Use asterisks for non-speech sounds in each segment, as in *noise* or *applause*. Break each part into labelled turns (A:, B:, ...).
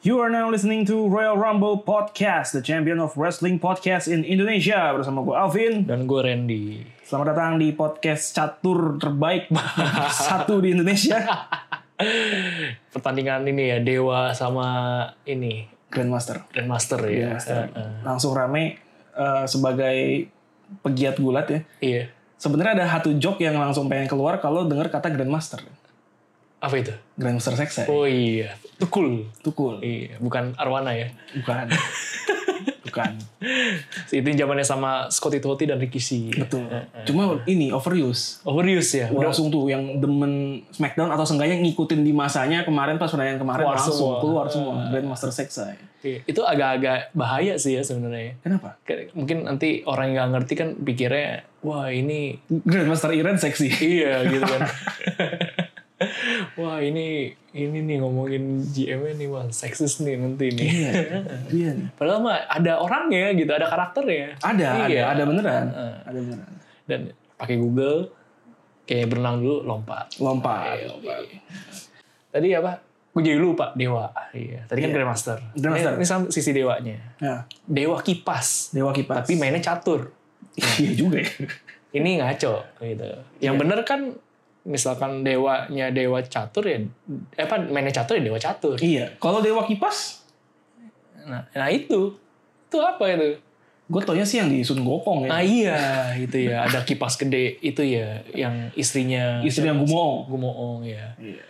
A: You are now listening to Royal Rumble Podcast, the champion of wrestling podcast in Indonesia. Bersama gue Alvin.
B: Dan gue Randy.
A: Selamat datang di podcast catur terbaik *laughs* satu di Indonesia.
B: Pertandingan ini ya Dewa sama ini
A: Grandmaster.
B: Grandmaster ya.
A: Grandmaster.
B: Eh, eh.
A: Langsung rame eh, sebagai pegiat gulat ya.
B: Iya.
A: Sebenarnya ada satu joke yang langsung pengen keluar kalau dengar kata Grandmaster.
B: Apa itu?
A: Grandmaster Seksa. ya?
B: Oh iya, tukul.
A: Itu cool.
B: Iya, bukan Arwana ya.
A: Bukan.
B: *laughs*
A: Bukan.
B: Itu zamannya sama Scotty Totti dan Ricky C.
A: Betul.
B: Eh,
A: Cuma ini overuse.
B: Overuse ya.
A: Udah langsung tuh yang demen Smackdown atau seenggaknya ngikutin di masanya kemarin pas pertandingan kemarin
B: Keluar
A: langsung
B: semua.
A: keluar semua Grandmaster Seksa.
B: Iya, Itu agak-agak bahaya sih ya sebenarnya.
A: Kenapa?
B: Kayak- Mungkin nanti orang yang nggak ngerti kan pikirnya, wah ini
A: Grandmaster Iren seksi. *laughs*
B: iya gitu kan. wah ini ini nih ngomongin GM-nya nih wah seksis nih nanti nih.
A: Iya. Iya nih.
B: Padahal mah ada orangnya gitu, ada karakternya.
A: Ada, ada,
B: Iya.
A: ada beneran. Ada beneran.
B: Dan pakai Google, kayak berenang dulu, lompat.
A: Lompat.
B: Iya, Tadi apa? Gue jadi lupa, Dewa. Iya. Tadi kan Grandmaster.
A: Grandmaster.
B: Ini, ini sama sisi Dewanya.
A: Nah,
B: Dewa kipas.
A: Dewa Kipas.
B: Tapi mainnya catur.
A: *laughs* iya juga ya.
B: Ini ngaco gitu. Yang
A: Iya.
B: bener kan misalkan dewanya dewa catur ya eh, apa mainnya catur ya dewa catur
A: iya. Kalau Dewa Kipas,
B: nah, nah itu itu apa itu
A: gue taunya sih yang di Sun Gokong ya.
B: nah iya itu ya ada kipas gede itu ya yang istrinya
A: Istri yang gumoong.
B: gumoong ya.
A: Iya.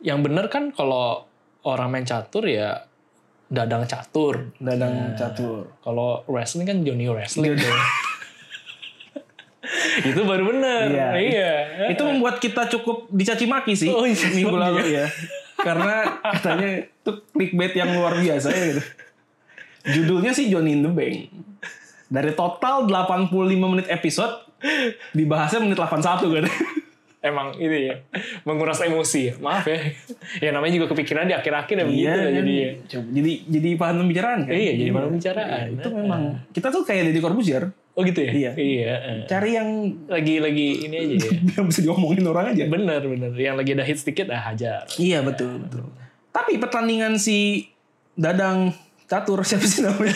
B: Yang bener kan kalau orang main catur ya dadang catur.
A: Dadang catur.
B: Kalau wrestling kan
A: Iya,
B: Johnny wrestling. *laughs* itu baru bener.
A: Iya.
B: iya.
A: Itu membuat kita cukup dicaci maki sih
B: Oh, iya.
A: minggu lalu ya. Karena katanya itu clickbait yang luar biasa ya gitu. Judulnya sih Johnny in the Bank. Dari total 85 menit episode, dibahasnya menit 81 kan.
B: Emang ini ya menguras emosi ya. Maaf ya. ya namanya juga kepikiran di akhir-akhir ya begitu ya,
A: kan?
B: jadi ya.
A: Coba, jadi jadi bahan pembicaraan kan?
B: Iya, jadi bahan pembicaraan. Nah.
A: Iya, Itu memang kita tuh kayak Deddy Corbuzier,
B: Oh gitu ya?
A: Iya.
B: Iya. eh.
A: cari yang *laughs*
B: Lagi-lagi ini aja ya.
A: yang bisa diomongin orang aja.
B: Bener bener. Yang lagi ada hits dikit ah hajar. *laughs*
A: Iya betul betul. Tapi pertandingan si Dadang Catur siapa sih namanya?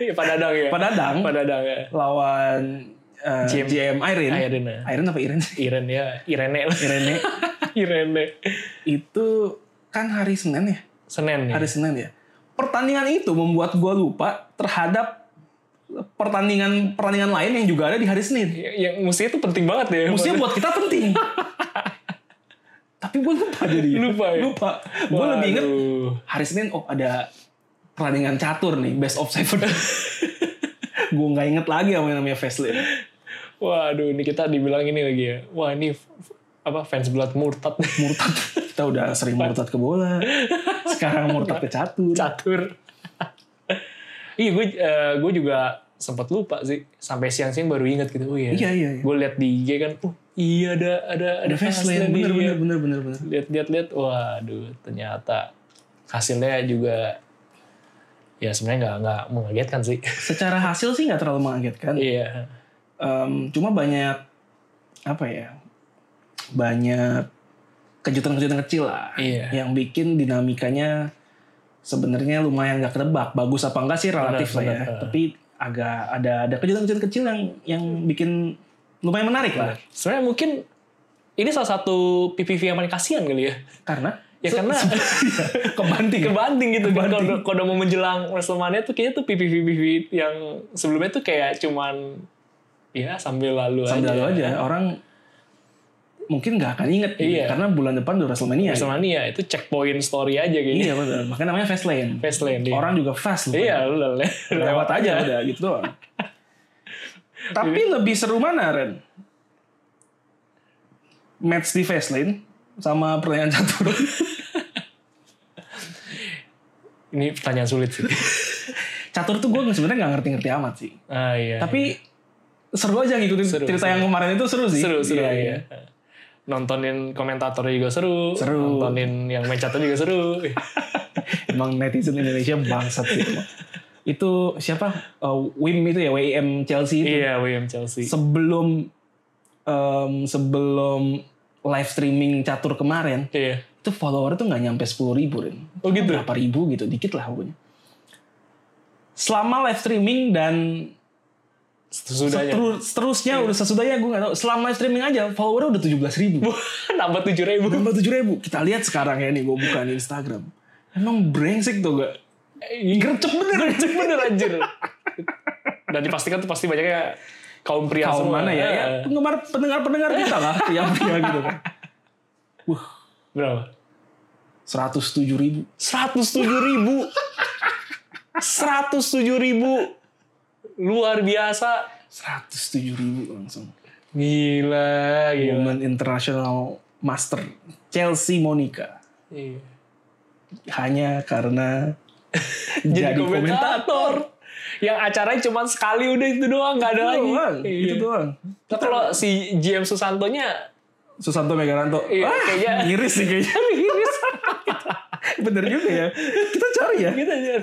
B: Iya, Pak Dadang ya.
A: Pak Dadang
B: Pak Dadang ya.
A: lawan eh, GM, Irene.
B: Irene.
A: Irene apa Irene? sih?
B: Iren ya, Irene
A: *laughs*
B: lah. *laughs*
A: Irene
B: Irene.
A: itu kan hari Senin ya.
B: Senin ya.
A: Hari Senin ya. Pertandingan itu membuat gue lupa terhadap pertandingan pertandingan lain yang juga ada di hari Senin.
B: Ya- Yang musuhnya itu penting banget ya.
A: Musiknya buat kita penting.
B: *laughs*
A: Tapi gue lupa jadi.
B: Lupa ya?
A: Lupa. Gue lebih inget
B: Waduh.
A: hari Senin oh ada pertandingan catur nih best of
B: *laughs*
A: seven. gue nggak inget lagi apa yang namanya Fastlane.
B: Waduh, ini kita dibilang ini lagi ya. Wah, ini f- f- apa fans belat murtad nih.
A: Murtad. Kita udah sering murtad ke bola. Sekarang murtad ke catur.
B: *laughs* catur. *laughs* iya, gue eh, gue juga sempat lupa sih. Sampai siang-siang baru ingat gitu. Oh iya.
A: Iya, iya, iya.
B: Gue lihat di IG kan, oh iya ada ada iya.
A: Ada Fastlane. Bener, bener, bener, bener, bener.
B: Lihat-lihat lihat. Waduh, ternyata hasilnya juga ya sebenarnya nggak nggak mengagetkan sih. *laughs*
A: Secara hasil sih nggak terlalu mengagetkan.
B: Iya.
A: Em, cuma banyak apa ya? Banyak kejutan-kejutan kecil lah
B: Iya.
A: yang bikin dinamikanya sebenarnya lumayan nggak ketebak. Bagus apa enggak sih relatif lah
B: Benar,
A: ya.
B: benar.
A: Tapi agak ada ada kejutan-kejutan kecil yang yang bikin lumayan menarik lah.
B: Sebenarnya mungkin ini salah satu PPV yang paling kasihan kali ya.
A: Karena
B: Ya karena
A: *laughs*
B: *laughs*
A: kebanting.
B: kebanting gitu. kan. Kalau udah- kalau udah mau menjelang WrestleMania tuh kayaknya tuh PPV PPV yang sebelumnya tuh kayak cuman ya sambil lalu
A: sambil
B: aja.
A: lalu aja orang mungkin nggak akan inget gitu.
B: ya. Iya.
A: karena bulan depan udah WrestleMania.
B: WrestleMania itu checkpoint story aja kayaknya.
A: iya betul. Makanya namanya Fastlane.
B: Fastlane dia.
A: Orang juga fast. loh.
B: Iya, udah le-
A: lewat aja udah gitu
B: *laughs*
A: doang. Tapi lebih seru mana Ren? Match di Fastlane sama pertanyaan catur. *laughs*
B: Ini pertanyaan sulit
A: *laughs*
B: sih.
A: catur tuh gue sebenarnya nggak ngerti-ngerti amat sih.
B: ah iya.
A: Tapi seru aja ngikutin
B: Seru,
A: cerita yang kemarin itu seru sih.
B: seru seru
A: Iya,
B: ya.
A: iya.
B: Nontonin komentatornya juga seru.
A: Seru.
B: Nontonin yang main catur juga
A: *laughs*
B: seru.
A: Emang netizen Indonesia bangsat sih. emang. itu siapa? Uh, Wim itu ya WIM Chelsea itu.
B: iya, William Chelsea.
A: Sebelum em, sebelum live streaming catur kemarin
B: Iya.
A: itu follower tuh nggak nyampe 10 ribu Rin.
B: Oh gitu?
A: Berapa ribu gitu, dikit lah pokoknya. Selama live streaming dan
B: Sesudahnya.
A: seteru- seterusnya
B: Iya.
A: udah sesudahnya gue nggak tahu. Selama live streaming aja followernya udah 17 ribu.
B: Wah, *laughs* Nambah tujuh ribu.
A: Tambah 7 ribu. Kita lihat sekarang ya nih gue bukan Instagram. Emang brengsek tuh gak? Eh,
B: Gercep bener. Gercep bener
A: *laughs*
B: anjir. Dan dipastikan tuh pasti banyaknya kaum pria
A: Kaum
B: semua.
A: mana ya? ya
B: Eh,
A: penggemar pendengar-pendengar kita lah. Pria-pria gitu kan. Wah,
B: Berapa?
A: 107 ribu.
B: Seratus tujuh ribu. Seratus tujuh ribu. Luar biasa.
A: 107 ribu langsung.
B: Gila, gitu. gila.
A: Women International Master Chelsea Monica.
B: Iya.
A: hanya karena *laughs*
B: jadi,
A: jadi komentar
B: komentator. Yang acaranya cuma sekali udah itu doang, nggak ada lagi.
A: itu doang
B: Nah, kalau si GM Susantonya *laughs*
A: Susanto Megaranto
B: Iya,
A: Wah,
B: kayaknya-
A: miris sih kayaknya
B: kan miris
A: bener juga ya kita cari ya
B: gitu aja.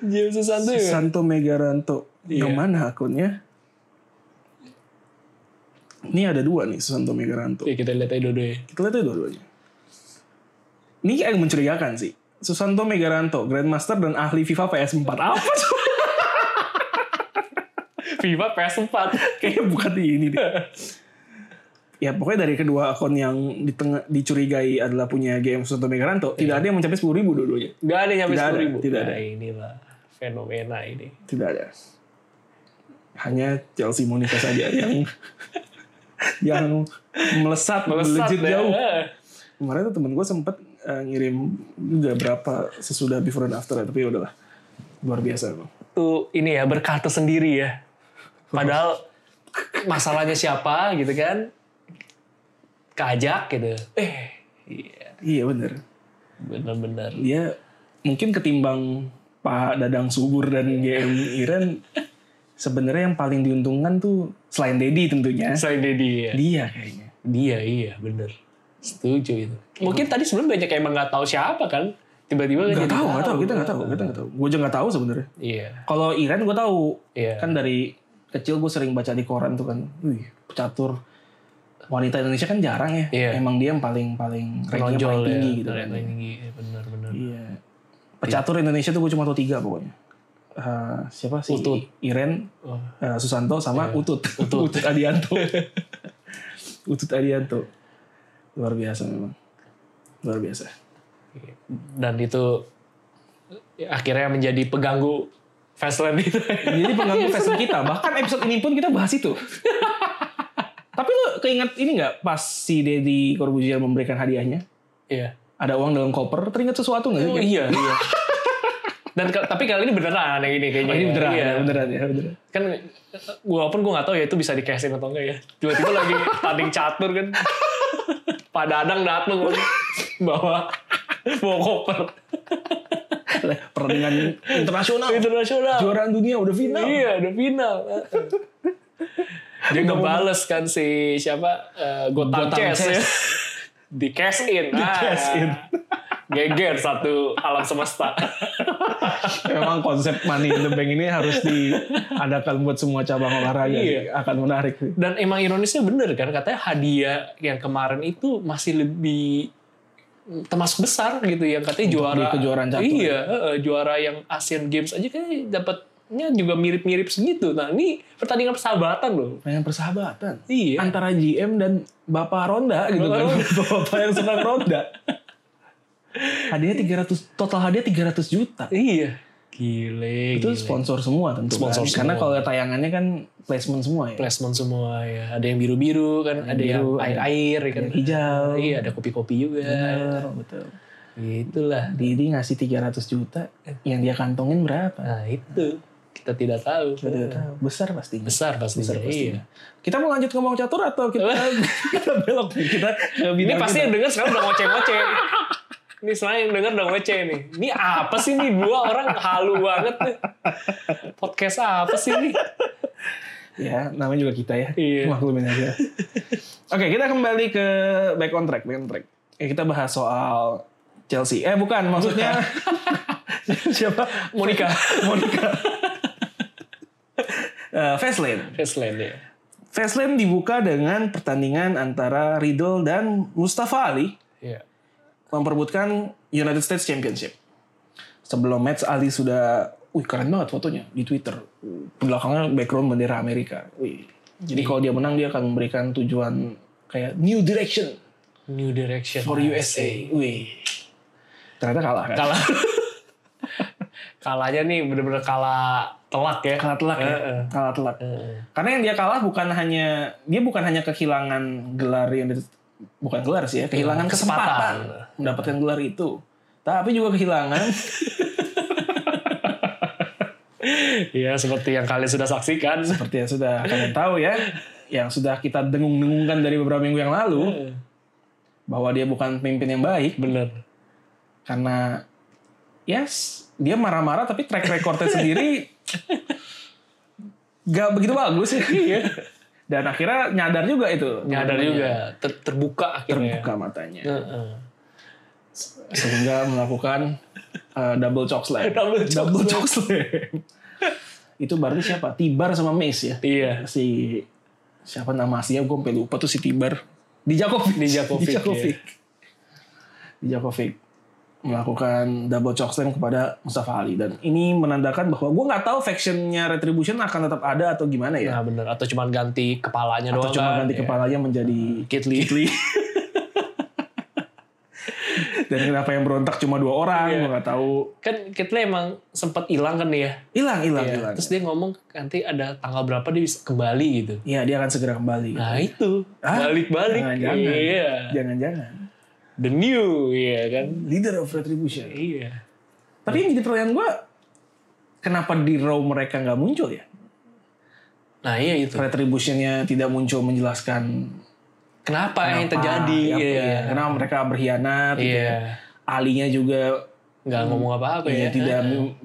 B: GM Susanto ya.
A: Susanto Megaranto
B: Iya.
A: yang mana akunnya ini ada dua nih Susanto Megaranto
B: Ya, kita lihat aja dua-duanya.
A: kita lihat aja dua-duanya ini yang mencurigakan sih Susanto Megaranto Grandmaster dan ahli FIFA PS4 apa
B: *laughs*
A: tuh
B: FIFA PS4. *laughs*
A: kayaknya bukan ini deh. ya pokoknya dari kedua akun yang di tengah- dicurigai adalah punya GM Susanto Megaranto tidak ada yang mencapai sepuluh ribu dua-duanya
B: Gak ada nyampe
A: Tidak ada,
B: 10 ribu.
A: tidak ada.
B: Nah, inilah fenomena ini.
A: tidak ada hanya Chelsea Monica saja *laughs* yang yang melesat, ya. melejit
B: deh.
A: jauh
B: Eh,
A: kemarin tuh temen gue sempet eh, ngirim juga berapa sesudah before dan after ya, tapi udahlah luar biasa bang
B: Tuh ini ya berkata sendiri ya. Padahal masalahnya siapa gitu kan. Kajak gitu. Eh, iya.
A: iya bener
B: Bener-bener.
A: dia mungkin ketimbang Pak Dadang Subur dan GM Iren sebenarnya yang paling diuntungkan tuh selain Dedi tentunya
B: Selain Deddy ya.
A: dia kayaknya
B: Dia iya bener. Setuju itu. Mungkin tadi sebelum banyak yang emang nggak tahu siapa kan. Tiba-tiba kan
A: nggak
B: jadi
A: tahu nggak tahu kita nggak tahu kita nggak tahu gue juga nggak tahu sebenarnya
B: Iya.
A: kalau Iren gue tahu
B: Iya.
A: kan dari kecil gue sering baca di koran tuh kan wih pecatur wanita Indonesia kan jarang ya
B: Iya.
A: emang dia yang paling paling rankingnya
B: Menonjol
A: paling
B: ya.
A: tinggi gitu kan
B: Paling tinggi. Iya, Bener-bener.
A: iya pecatur Indonesia tuh gue cuma tahu tiga pokoknya Eh, siapa sih
B: Utut. Iya.
A: Iren
B: Oh.
A: Eh, Susanto sama Utut. *laughs* Utut. Adianto. Utut Adianto. Luar biasa memang. Luar biasa.
B: dan itu ya, akhirnya menjadi peganggu Fastlane itu. *laughs*
A: Jadi pengganggu
B: Iya,
A: fashion kita. Bahkan episode ini pun kita bahas itu. Tapi lu keinget ini nggak pas si Deddy Corbuzier memberikan hadiahnya?
B: Iya.
A: Ada uang dalam koper, teringat sesuatu nggak sih?
B: Oh iya, iya. Dan ka- tapi kali ini beneran yang ini kayaknya.
A: Oh, ini beneran,
B: Iya.
A: ya, beneran ya, beneran.
B: Kan walaupun gue gak tahu ya itu bisa di casting atau enggak ya. Tiba-tiba lagi tanding catur kan. Pak Dadang dateng kan. bawa bawa koper
A: Pertandingan internasional,
B: internasional.
A: juara dunia udah final.
B: Iya, udah final. Dia ngebales kan si siapa? eh, Gotham,
A: Gotham
B: Chess.
A: Chess.
B: ya. Di cash in. Di
A: cash in.
B: Geger satu alam semesta.
A: Memang konsep money in the bank ini harus diadakan buat semua cabang olahraga.
B: Iya.
A: Akan menarik sih.
B: Dan emang ironisnya bener kan, katanya hadiah yang kemarin itu masih lebih termasuk besar gitu yang katanya juara
A: di kejuaraan ya. catur.
B: iya eh, juara yang Asian Games aja kan dapatnya juga mirip-mirip segitu nah ini pertandingan persahabatan loh
A: Pengen persahabatan.
B: iya Oh.
A: antara GM dan Bapak Ronda gitu
B: Bapak
A: kan.
B: Ronda.
A: *laughs* Bapak yang senang Ronda. Hadiah 300 total hadiah 300 juta.
B: iya gile
A: Itu
B: gile.
A: sponsor semua tentu
B: Sponsor
A: kan.
B: semua.
A: Karena kalau tayangannya kan placement semua ya.
B: placement semua ya. Ada yang biru-biru kan, ada yang
A: biru,
B: air-air ya kan.
A: Yang hijau.
B: Iya, ada kopi-kopi juga.
A: Bener, betul.
B: Itulah.
A: Didi ngasih 300 juta, yang dia kantongin berapa?
B: Nah, itu kita tidak tahu.
A: Kita tidak tahu. Besar pastinya.
B: Besar pasti.
A: Besar
B: iya.
A: pastinya. Kita mau lanjut ngomong catur atau kita
B: *laughs*
A: kita belok nih? kita ke
B: Ini
A: bidang
B: pasti
A: kita.
B: yang denger sekarang udah
A: *laughs*
B: ngoceh-ngoceh. Ini sekarang yang denger udah ngoceh nih. Ini apa sih nih dua orang halu banget nih. Podcast apa sih nih?
A: Ya, namanya juga kita ya.
B: Iya.
A: Maklumin aja. Oke, kita kembali ke back on track, back on track. Ya, kita bahas soal Chelsea. Eh, bukan, maksudnya siapa?
B: Monica.
A: Monica. Eh, Fastlane.
B: Fastlane ya.
A: Fastlane dibuka dengan pertandingan antara Riddle dan Mustafa Ali
B: Iya.
A: memperebutkan United States Championship. Sebelum match Ali sudah, wih keren banget fotonya di Twitter. Belakangnya background bendera Amerika. Wih. Jadi kalau dia menang dia akan memberikan tujuan kayak new direction
B: New Direction.
A: for USA. Wih. Ternyata Iya kalah kan?
B: Kalah. *laughs* Kalahnya nih bener-bener kalah telak ya.
A: Kalah telak ya.
B: Heeh.
A: Kalah telak.
B: Heeh.
A: Karena yang dia kalah bukan hanya dia bukan hanya kehilangan gelar yang di- bukan gelar sih ya, kehilangan
B: Kesempatan.
A: kesempatan mendapatkan gelar itu. Tapi juga kehilangan *laughs*
B: Iya seperti yang kalian sudah saksikan.
A: seperti yang sudah kalian tahu ya, yang sudah kita dengung-dengungkan dari beberapa minggu yang lalu bahwa dia bukan pemimpin yang baik
B: Bener.
A: karena yes, dia marah-marah tapi track recordnya sendiri gak begitu bagus ya. Dan akhirnya nyadar juga itu.
B: Iya. Nyadar juga. Ter- terbuka
A: Iya.
B: akhirnya.
A: Terbuka matanya.
B: Heeh.
A: sehingga melakukan uh, double choke slam.
B: Double choke
A: choke slam. itu baru siapa? Tibar sama Mace ya.
B: Iya.
A: Si siapa nama aslinya gue sampai lupa tuh si Tibar. Dijakovic.
B: Dijakovic,
A: Dijakovic. Dijakovic melakukan double choke slam kepada Mustafa Ali dan ini menandakan bahwa gue nggak tahu factionnya Retribution akan tetap ada atau gimana ya.
B: Nah bener. Atau cuman ganti kepalanya
A: atau
B: doang
A: cuma
B: kan.
A: ganti Gitu.
B: Iya. Nah.
A: kepalanya menjadi
B: Kit Lee.
A: *laughs* dan kenapa yang berontak cuma dua orang
B: Iya.
A: gue nggak tahu
B: Kan kita emang sempat hilang kan dia.
A: hilang hilang
B: Iya.
A: hilang
B: Terus dia ngomong nanti ada tanggal berapa dia bisa kembali gitu.
A: Iya dia akan segera kembali.
B: Nah itu.
A: Iya. Hah?
B: Balik-balik.
A: Jangan-jangan.
B: Iya.
A: Jangan-jangan
B: The new. Iya kan.
A: leader of retribution.
B: Iya.
A: Tapi yang jadi pertanyaan gue, kenapa di Raw mereka nggak muncul ya?
B: Nah iya itu.
A: Retributionnya tidak muncul menjelaskan
B: Kenapa, yang
A: apa,
B: terjadi?
A: apa,
B: Iya.
A: iya. Kenapa mereka berkhianat? gitu
B: Iya.
A: ya. Alinya juga
B: Nggak ngomong apa-apa
A: ya,
B: ya.
A: tidak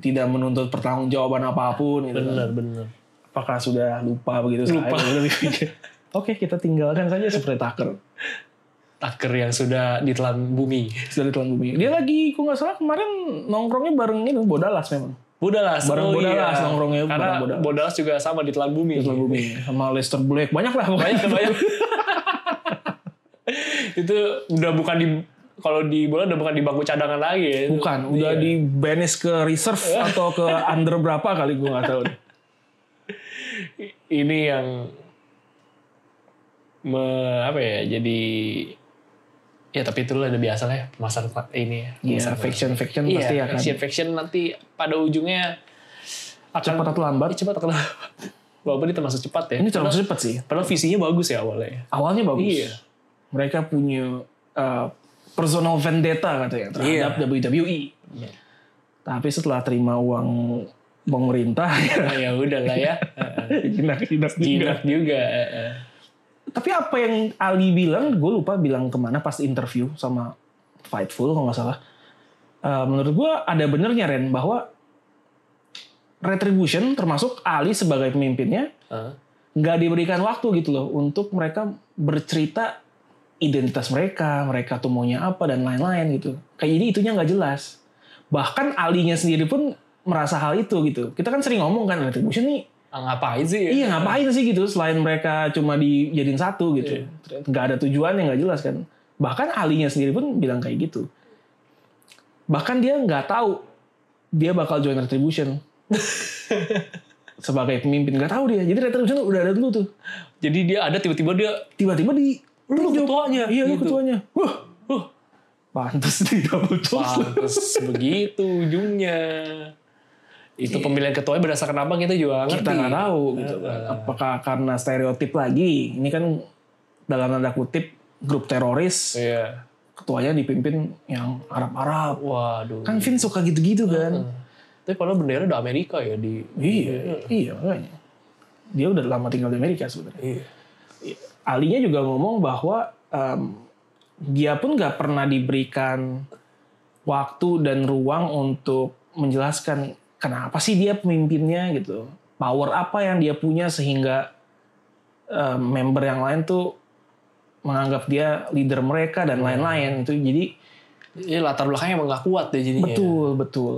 A: tidak menuntut pertanggungjawaban apapun. Gitu.
B: Bener bener.
A: Apakah sudah lupa begitu?
B: Lupa.
A: saya?
B: *laughs*
A: Oke kita tinggalkan saja seperti Tucker.
B: Taker yang sudah ditelan bumi.
A: Sudah ditelan bumi. Dia lagi, kok nggak salah kemarin nongkrongnya bareng ini Bodalas memang.
B: Bodalas.
A: Bareng
B: oh
A: Bodalas,
B: iya.
A: nongkrongnya
B: Karena
A: bareng Bodalas.
B: bodalas. juga sama ditelan bumi.
A: Lester Bumi sama Lester Black banyak lah pokoknya.
B: Iya. Banyak banyak. itu udah bukan di kalau di bola udah bukan di bangku cadangan lagi ya.
A: bukan udah
B: Iya.
A: di banish ke reserve atau ke under berapa kali gue nggak tahu
B: ini yang me, apa ya jadi ya tapi itulah udah biasa lah ya pemasaran ini ya.
A: Iya, faction faction pasti
B: Iya,
A: akan
B: faction faction nanti pada ujungnya akan Iya,
A: cepat atau lambat
B: cepat atau lambat. *laughs* Walaupun ini termasuk cepat ya.
A: ini terlalu cepat sih
B: Padahal visinya bagus ya awalnya.
A: awalnya bagus
B: Iya.
A: mereka punya uh, personal vendetta katanya terhadap WWE
B: Iya.
A: tapi setelah terima uang pemerintah *laughs* ya
B: Nah, ya udah lah
A: *laughs*
B: ya. Heeh.
A: jinak jinak juga.
B: Jinak juga. eh, heeh.
A: tapi apa yang Ali bilang gue lupa bilang kemana pas interview sama Fightful kalau nggak salah Eh, menurut gue ada benernya Ren bahwa Retribution termasuk Ali sebagai pemimpinnya
B: Heeh.
A: nggak diberikan waktu gitu loh untuk mereka bercerita identitas mereka, mereka tuh maunya apa dan lain-lain gitu. Kayak jadi itunya nggak jelas. Bahkan Alinya sendiri pun merasa hal itu gitu. Kita kan sering ngomong kan Retribution nih
B: Ah, ngapain sih? ya?
A: Iya ngapain sih gitu selain mereka cuma dijadiin satu
B: Iya,
A: gitu. Nggak ada tujuan yang nggak jelas kan. Bahkan alinya sendiri pun bilang kayak gitu. Bahkan dia nggak tahu dia bakal join
B: *laughs*
A: Retribution. Sebagai pemimpin nggak tahu dia. Jadi Retribution udah ada dulu tuh.
B: Jadi dia ada tiba-tiba dia
A: Tiba-tiba di
B: lu ketuanya.
A: iya lu
B: gitu.
A: ketuanya. Wah, wah. Pantes di double choke.
B: Pantes begitu ujungnya. Itu pemilihan ketuanya berdasarkan apa kita juga
A: Iya.
B: nggak
A: Kita
B: ngerti.
A: nggak tahu gitu
B: Nah,
A: kan. Apakah karena stereotip lagi? Ini kan dalam tanda kutip grup teroris
B: Iya.
A: ketuanya dipimpin yang Arab-Arab.
B: Waduh.
A: Kan Vin suka gitu-gitu kan.
B: Tapi padahal bendera udah Amerika ya di.
A: Iya, iya makanya. Dia udah lama tinggal di Amerika sebenarnya.
B: Iya.
A: Alinya juga ngomong bahwa em, dia pun nggak pernah diberikan waktu dan ruang untuk menjelaskan kenapa sih dia pemimpinnya gitu. Power apa yang dia punya sehingga em, member yang lain tuh menganggap dia leader mereka dan lain-lain itu jadi
B: Ini latar belakangnya emang gak kuat ya jadinya.
A: Betul, betul.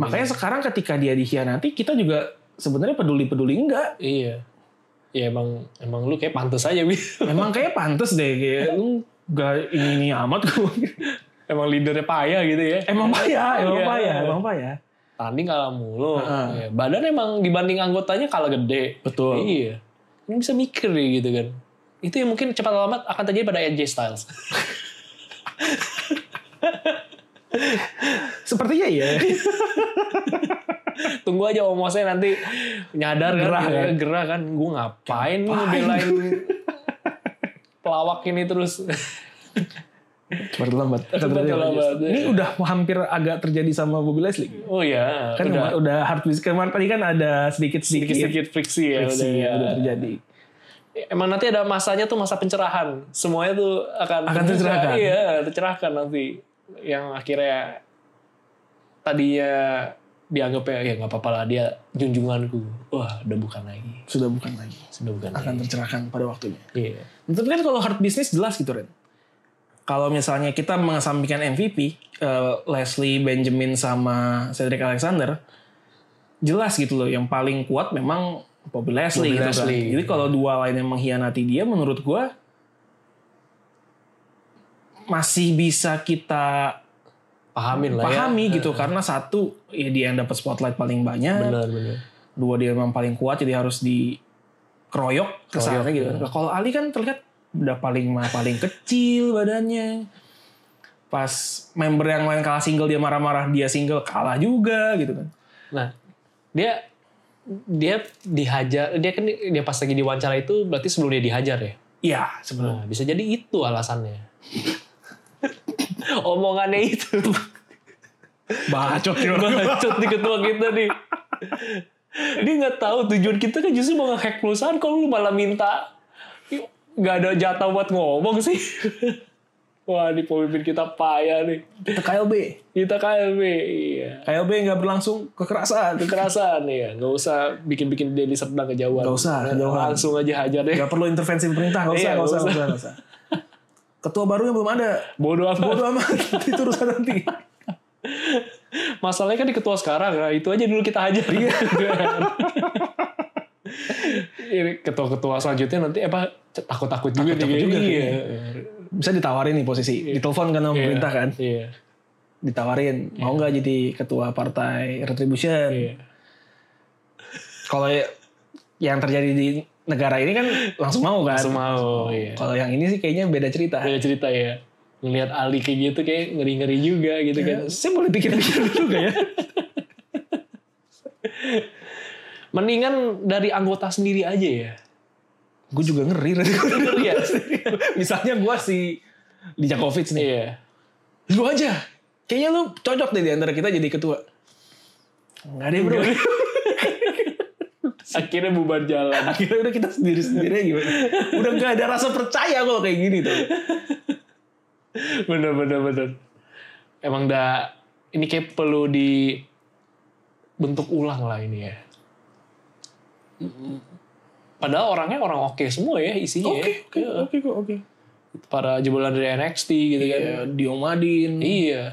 A: Makanya sekarang ketika dia dikhianati, kita juga sebenarnya peduli-peduli enggak.
B: Iya. Ya emang emang lu kayak pantas aja Wi.
A: Emang kayak pantas deh kayak lu gak ini, ini amat gue.
B: *laughs* Emang leadernya payah gitu ya.
A: emang payah, emang
B: *laughs* Iya.
A: payah, emang payah.
B: Tanding kalah mulu.
A: Heeh.
B: Ya, Badan emang dibanding anggotanya kalah gede.
A: Betul.
B: Iya. Ini bisa mikir ya gitu kan. Itu yang mungkin cepat atau lambat akan terjadi pada AJ Styles. *laughs*
A: Sepertinya iya.
B: Tunggu aja omosnya nanti nyadar kan.
A: Gerah kan?
B: Gerah kan. Gue ngapain nih
A: Ngapain? *laughs*
B: belain pelawak ini terus. *laughs*
A: Cepat atau lambat. akan
B: Cepat atau
A: terjadi.
B: lambat,
A: Ini
B: iya.
A: udah hampir agak terjadi sama Bobby Leslie.
B: Oh iya.
A: Kan udah, udah hard music. Kemarin tadi kan ada sedikit-sedikit
B: sedikit-sedikit friksi ya.
A: friksi
B: udah, ya.
A: yang udah terjadi.
B: Emang nanti ada masanya tuh masa pencerahan. Semuanya tuh akan
A: Akan tercerahkan.
B: Iya, tercerahkan nanti. Yang akhirnya tadinya dianggapnya ya nggak apa-apa lah dia junjunganku. Wah, udah bukan lagi.
A: Sudah bukan lagi.
B: Sudah bukan
A: Akan
B: lagi.
A: tercerahkan pada waktunya.
B: Iya.
A: Tapi kan kalau hard business jelas gitu Ren. Kalau misalnya kita mengesampingkan MVP, eh, Leslie, Benjamin, sama Cedric Alexander, jelas gitu loh. Yang paling kuat memang Bobby Leslie.
B: Bobby
A: gitu kan.
B: Leslie.
A: Jadi kalau dua lain yang mengkhianati dia, menurut gua masih bisa kita
B: Pahamin lah ya.
A: pahami gitu karena satu ya dia yang dapat spotlight paling banyak,
B: Benar, benar.
A: dua dia memang paling kuat jadi harus dikeroyok kesannya gitu. Nah, Kalau Ali kan terlihat udah paling paling kecil badannya. Pas member yang lain kalah single dia marah-marah dia single kalah juga gitu kan.
B: Nah, dia dia dihajar, dia kan dia pas lagi diwawancara itu berarti sebelum dia dihajar ya.
A: Iya sebenarnya.
B: Nah, bisa jadi itu alasannya.
A: *laughs*
B: Omongannya itu.
A: Bacot gitu.
B: Bacot di ketua kita nih. Dia nggak tahu tujuan kita kan justru mau nge-hack perusahaan. Kalau lu malah minta "Yuk, nggak ada jatah buat ngomong sih. Wah, ini pemimpin kita payah nih.
A: Itu KLB.
B: Kita KLB, iya.
A: KLB nggak berlangsung kekerasan.
B: Kekerasan ya, nggak usah bikin-bikin dia diserang kejauhan. Nah,
A: Nggak usah, kejauhan.
B: Langsung aja hajar deh.
A: Nggak perlu intervensi pemerintah nggak usah
B: Iya,
A: nggak usah nggak
B: nggak
A: usah. nggak usah. Ketua barunya belum ada.
B: Bodoh amat.
A: Bodoh amat *laughs* itu urusan nanti.
B: Masalahnya kan di ketua sekarang, nah, itu aja dulu kita hajar. Iya. ketua-ketua selanjutnya nanti apa takut-takut juga
A: Takut-takut
B: nih.
A: juga.
B: Iya.
A: Bisa ditawarin nih posisi. Ditelepon kan sama
B: Iya.
A: pemerintah kan.
B: Iya.
A: ditawarin mau nggak jadi ketua partai retribution
B: Iya.
A: kalau ya- yang terjadi di negara ini kan langsung mau kan
B: Langsung mau. Iya.
A: kalau yang ini sih kayaknya beda cerita
B: Ada cerita ya. Ngelihat Ali kayak gitu kayak ngeri-ngeri juga gitu kan.
A: saya boleh pikir-pikir juga ya
B: Mendingan dari anggota sendiri aja ya.
A: gue juga ngeri
B: Ngeri
A: *laughs*
B: ya?
A: misalnya gue si Dijakovic nih
B: iya.
A: lu aja kayaknya lu cocok deh di antara kita jadi ketua nggak deh bro
B: Iya. Akhirnya bubar jalan.
A: akhirnya udah kita sendiri sendiri gimana udah nggak ada rasa percaya kalau kayak gini tuh
B: Iya. bener bener bener. Emang dah ini kayak perlu di bentuk ulang lah ini ya. Padahal orangnya orang oke semua ya isinya. ya. Iya.
A: oke kok oke
B: Para jebolan dari NXT gitu kan.
A: Ya, Diomadin
B: Iya.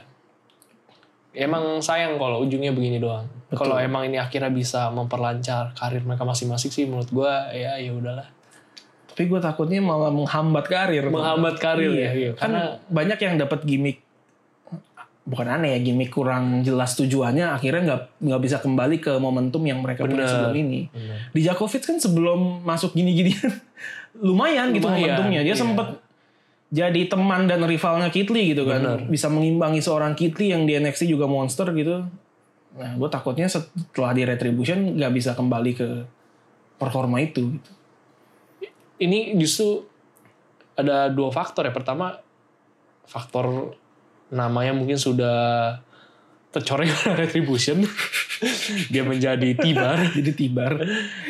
B: Emang sayang kalau ujungnya begini doang. Kalau emang ini akhirnya bisa memperlancar karir mereka masing-masing sih menurut gua ya ya udahlah.
A: Tapi gue takutnya malah menghambat karir.
B: Menghambat karir ya. Iya.
A: Kan
B: Karena
A: banyak yang dapat gimmick bukan aneh ya gimmick kurang jelas tujuannya akhirnya nggak nggak bisa kembali ke momentum yang mereka punya
B: Bener.
A: sebelum ini. Di Djokovic kan sebelum masuk gini-ginian *laughs* lumayan, gitu
B: Lumayan,
A: momentumnya. Dia
B: iya.
A: sempet jadi teman dan rivalnya Kitli gitu kan.
B: Bener.
A: Bisa mengimbangi seorang Kitli yang di NXT juga monster gitu. Nah, gue takutnya setelah di Retribution nggak bisa kembali ke performa itu. Gitu.
B: ini justru ada dua faktor ya. Pertama faktor namanya mungkin sudah tercoreng *laughs* oleh retribution. Dia menjadi tibar
A: *laughs* Jadi tibar.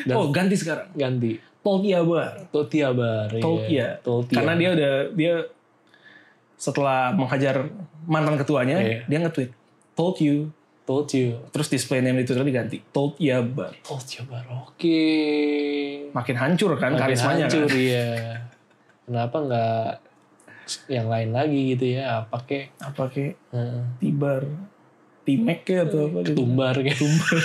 B: Dan-
A: oh ganti sekarang.
B: ganti
A: Paul Tiabar.
B: Totiabar. iya.
A: Paul iya.
B: Totiabar.
A: Karena dia udah dia setelah menghajar mantan ketuanya,
B: Iya.
A: dia nge-tweet told you
B: told you
A: terus display name di Twitter diganti told Tiabar.
B: Totiabar. Oke.
A: Makin hancur kan
B: Makin
A: karismanya
B: hancur,
A: kan.
B: ya. Kenapa nggak yang lain lagi gitu ya? Apa kek?
A: Apa kayak
B: Heeh.
A: Tibar. Timek kayak atau apa gitu.
B: Tumbar kayak. Tumbar.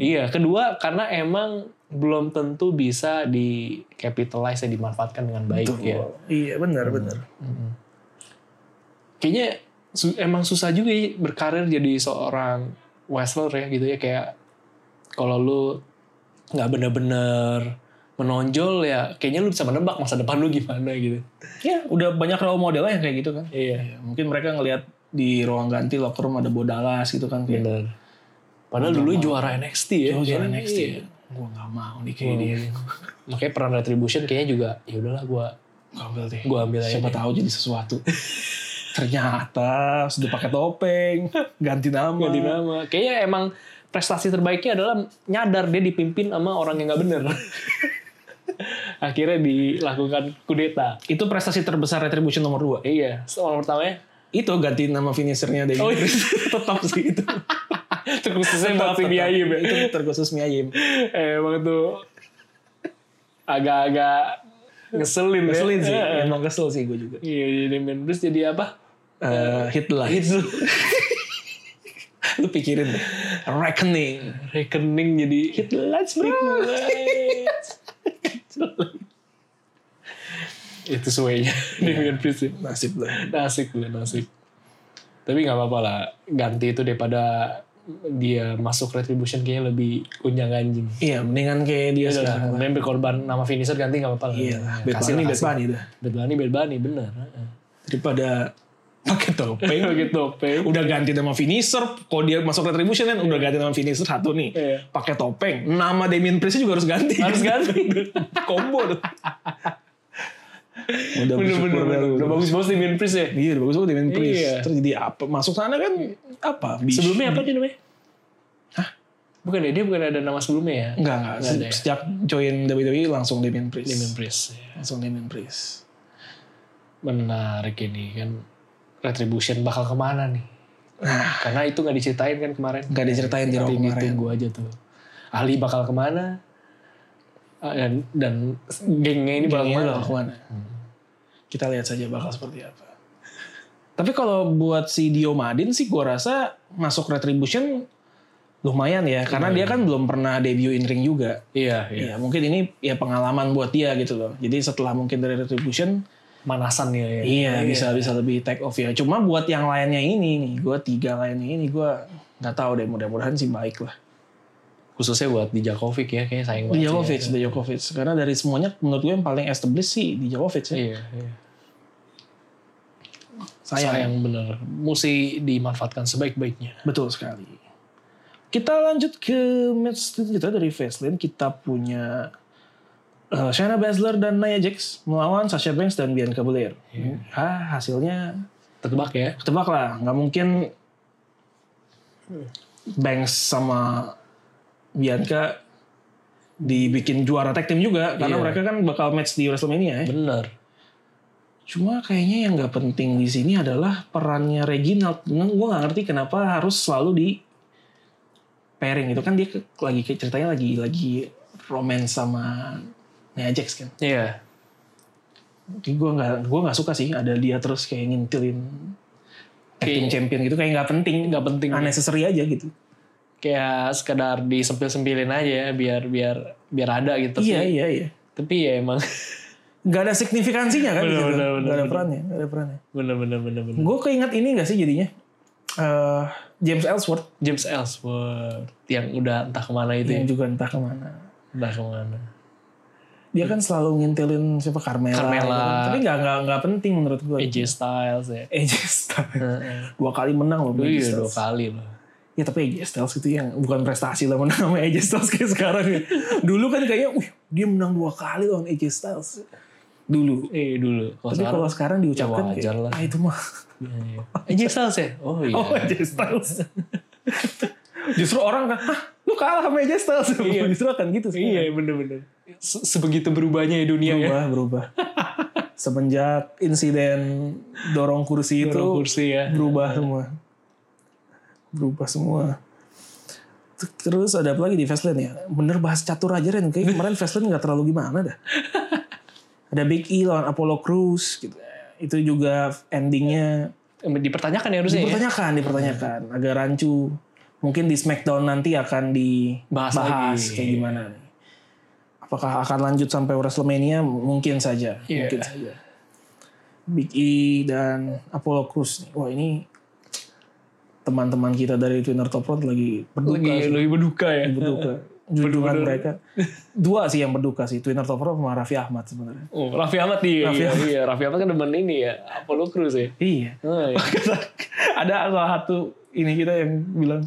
B: iya, kedua Iya, karena emang belum tentu bisa di capitalize ya, dimanfaatkan dengan baik ya.
C: Iya benar benar.
B: Kayaknya su- emang susah juga ya berkarir jadi seorang wrestler ya gitu ya kayak kalau lu nggak bener-bener menonjol ya kayaknya lu bisa menebak masa depan lu gimana gitu.
A: Ya, udah banyak role modelnya yang kayak gitu kan.
B: Iya,
A: Ya, mungkin mereka ngelihat di ruang ganti locker room ada bodalas gitu kan kayak
B: bener. Iya. Padahal dulu juara NXT ya.
A: oh, juara
B: Iya.
A: NXT ya. Gua nggak mau nih kayak
B: Kayak
A: dia.
B: dia. *laughs* Makanya peran retribution kayaknya juga ya udahlah gua
A: Gua ambil deh.
B: gua ambil aja.
A: Siapa
B: deh.
A: tahu jadi
B: *laughs*
A: sesuatu. Ternyata sudah pakai topeng, ganti nama.
B: Ganti nama. Kayaknya emang prestasi terbaiknya adalah nyadar dia dipimpin sama orang yang nggak bener. *laughs* Akhirnya dilakukan kudeta.
A: Itu prestasi terbesar Retribution nomor 2.
B: Iya, orang *laughs* pertamanya.
A: Itu ganti nama finishernya dari *laughs*
B: Oh iya,
A: Chris.
B: tetap sih *laughs* itu. Terkhususnya malah si Miayim ya. Iya. Eh,
A: Itu terkhusus Miayim.
B: Emang tuh agak-agak ngeselin, ya.
A: Keselin sih,
B: Iya,
A: emang kesel sih gue juga.
B: *laughs* Iya, jadi main terus jadi apa?
A: Eh, hit lah.
B: Itu
A: *laughs* Lu pikirin deh. Reckoning.
B: rekening jadi hit lights bro. itu suenya
A: Iya.
B: Damien Priest ya.
A: Nasib lah.
B: Nasib lah nasib. Tapi nggak apa-apa lah. Ganti itu daripada dia masuk retribution kayaknya lebih kunyang anjing.
A: Iya, mendingan kayak dia
B: Iya
A: sekarang.
B: lah. Mending berkorban nama finisher ganti nggak apa-apa lah.
A: Iya lah, Bad
B: Kasih
A: Bunny,
B: lah,
A: Bad
B: kasih.
A: Bunny dah.
B: Bad Bunny, Bad Bunny, bener.
A: Daripada pakai topeng.
B: Pakai topeng.
A: udah ganti nama finisher, kalau dia masuk retribution kan udah ganti nama finisher satu nih.
B: Iya.
A: Pakai topeng. Nama Damien Priest juga harus ganti.
B: Harus ganti.
A: *laughs* Combo tuh. udah
B: Bener-bener.
A: bersyukur dah lu.
B: Udah bagus banget Damien Priest ya.
A: Iya, udah bagus banget Damien Priest.
B: Iya.
A: Terus jadi apa? Masuk sana kan apa? Bish.
B: Sebelumnya apa dia namanya? Hah? Bukan ya, dia bukan ada nama sebelumnya ya.
A: Enggak, enggak.
B: Nggak ada ya?
A: Sejak join WWE langsung Damien Priest.
B: Damien Priest. ya.
A: Langsung Damien Priest.
B: Menarik ini kan. Retribution bakal kemana nih? Karena itu nggak diceritain kan kemarin.
A: Nah, Nggak diceritain di
B: Nanti
A: Raw kemarin.
B: Ditunggu aja tuh. Ahli bakal kemana? Ah, Dan, dan gengnya ini bakal
A: Gengnya Iya,
B: kemana? Hmm.
A: bakal kemana? Kita lihat saja bakal seperti apa. Tapi kalau buat si Dio Madin sih gue rasa masuk Retribution lumayan ya. Karena dia kan belum pernah debut in ring juga.
B: Iya, iya.
A: Ya, mungkin ini ya pengalaman buat dia gitu loh. Jadi setelah mungkin dari Retribution,
B: Manasan ya. ya.
A: iya bisa bisa lebih take off ya. Cuma buat yang lainnya ini nih, gue tiga lainnya ini gue nggak tahu deh. Mudah-mudahan sih baik lah.
B: Khususnya buat di Djokovic ya, kayaknya sayang banget. sih ya.
A: Iya, Djokovic, Djokovic. Karena dari semuanya menurut gue yang paling established sih Djokovic ya.
B: Iya, iya.
A: Sayang.
B: sayang bener mesti dimanfaatkan sebaik-baiknya
A: Betul sekali. Kita lanjut ke match kita dari Fastlane. Kita punya eh, Shayna Baszler dan Nia Jax melawan Sasha Banks dan Bianca Belair. Ha, hasilnya
B: tertebak ya
A: ketebak lah. Nggak mungkin Banks sama Bianca dibikin juara tag team juga. Karena
B: Iya.
A: mereka kan bakal match di WrestleMania ya.
B: bener
A: Cuma kayaknya yang nggak penting di sini adalah perannya Reginald. Gue nggak ngerti kenapa harus selalu di pairing itu kan dia ke- lagi ke- ceritanya lagi lagi romance sama Nia Jax kan.
B: iya
A: Jadi gue nggak gua nggak suka sih ada dia terus kayak ngintilin tag team
B: Iya.
A: champion gitu kayak nggak penting
B: nggak penting
A: unnecessary aja gitu.
B: kayak sekedar disempil-sempilin aja ya biar biar biar ada gitu tapi,
A: iya iya iya.
B: tapi ya emang *laughs*
A: Nggak ada signifikansinya kan di
B: Bener,
A: situ.
B: bener,
A: Nggak
B: bener,
A: ada
B: bener.
A: perannya, nggak ada perannya.
B: bener bener bener bener
A: Gue keinget ini nggak sih jadinya Eh, James Ellsworth gitu
B: James Ellsworth yang udah entah kemana itu
A: yang
B: ya.
A: juga entah kemana.
B: entah kemana
A: dia kan selalu ngintilin siapa Carmela,
B: Carmela.
A: gitu kan. tapi nggak nggak nggak penting menurut gue
B: AJ Styles ya
A: AJ Styles
B: Heeh.
A: dua kali menang loh sama AJ
B: iya dua
A: Styles
B: kali loh
A: ya tapi AJ Styles itu yang bukan prestasi lah menang sama AJ Styles kayak sekarang
B: *laughs*
A: ya dulu kan kayaknya wih dia menang dua kali lawan AJ Styles dulu
B: eh dulu kalau
A: tapi
B: sekarang
A: kalau sekarang diucapkan
B: ya wajar
A: kayak
B: lah.
A: ah itu mah
B: iya, iya. AJ Styles ya oh iya
A: *laughs* oh AJ
B: *laughs*
A: Styles justru orang kan Hah, lu kalah sama AJ Styles
B: Iya.
A: *laughs* justru akan gitu sih
B: iya bener bener Se- sebegitu berubahnya ya dunia
A: berubah
B: ya *laughs*
A: berubah semenjak insiden dorong kursi itu
B: Dorong kursi ya
A: berubah semua berubah semua terus ada apa lagi di Fastlane ya bener bahas catur aja Ren kayak kemarin Fastlane nggak terlalu gimana dah ada Big E lawan Apollo Crews gitu itu juga endingnya
B: dipertanyakan ya harusnya ya
A: dipertanyakan dipertanyakan agak rancu mungkin di Smackdown nanti akan dibahas
B: Bahas lagi.
A: kayak gimana nih Apakah akan lanjut sampai WrestleMania? Mungkin saja.
B: Iya.
A: Mungkin saja. Big E dan Apollo Crews. Wah ini teman-teman kita dari Twinner Top Road lagi berduka.
B: lagi lagi berduka ya.
A: berduka. Junjungan mereka. Dua sih yang berduka sih. Twinner Top Road sama Raffi Ahmad sebenarnya.
B: Oh, Raffi Ahmad iya,
A: Raffi
B: iya, iya. Raffi Ahmad kan demen ini ya, Apollo Crews ya.
A: Iya.
B: Oh, iya.
A: Kata- ada salah satu ini kita yang bilang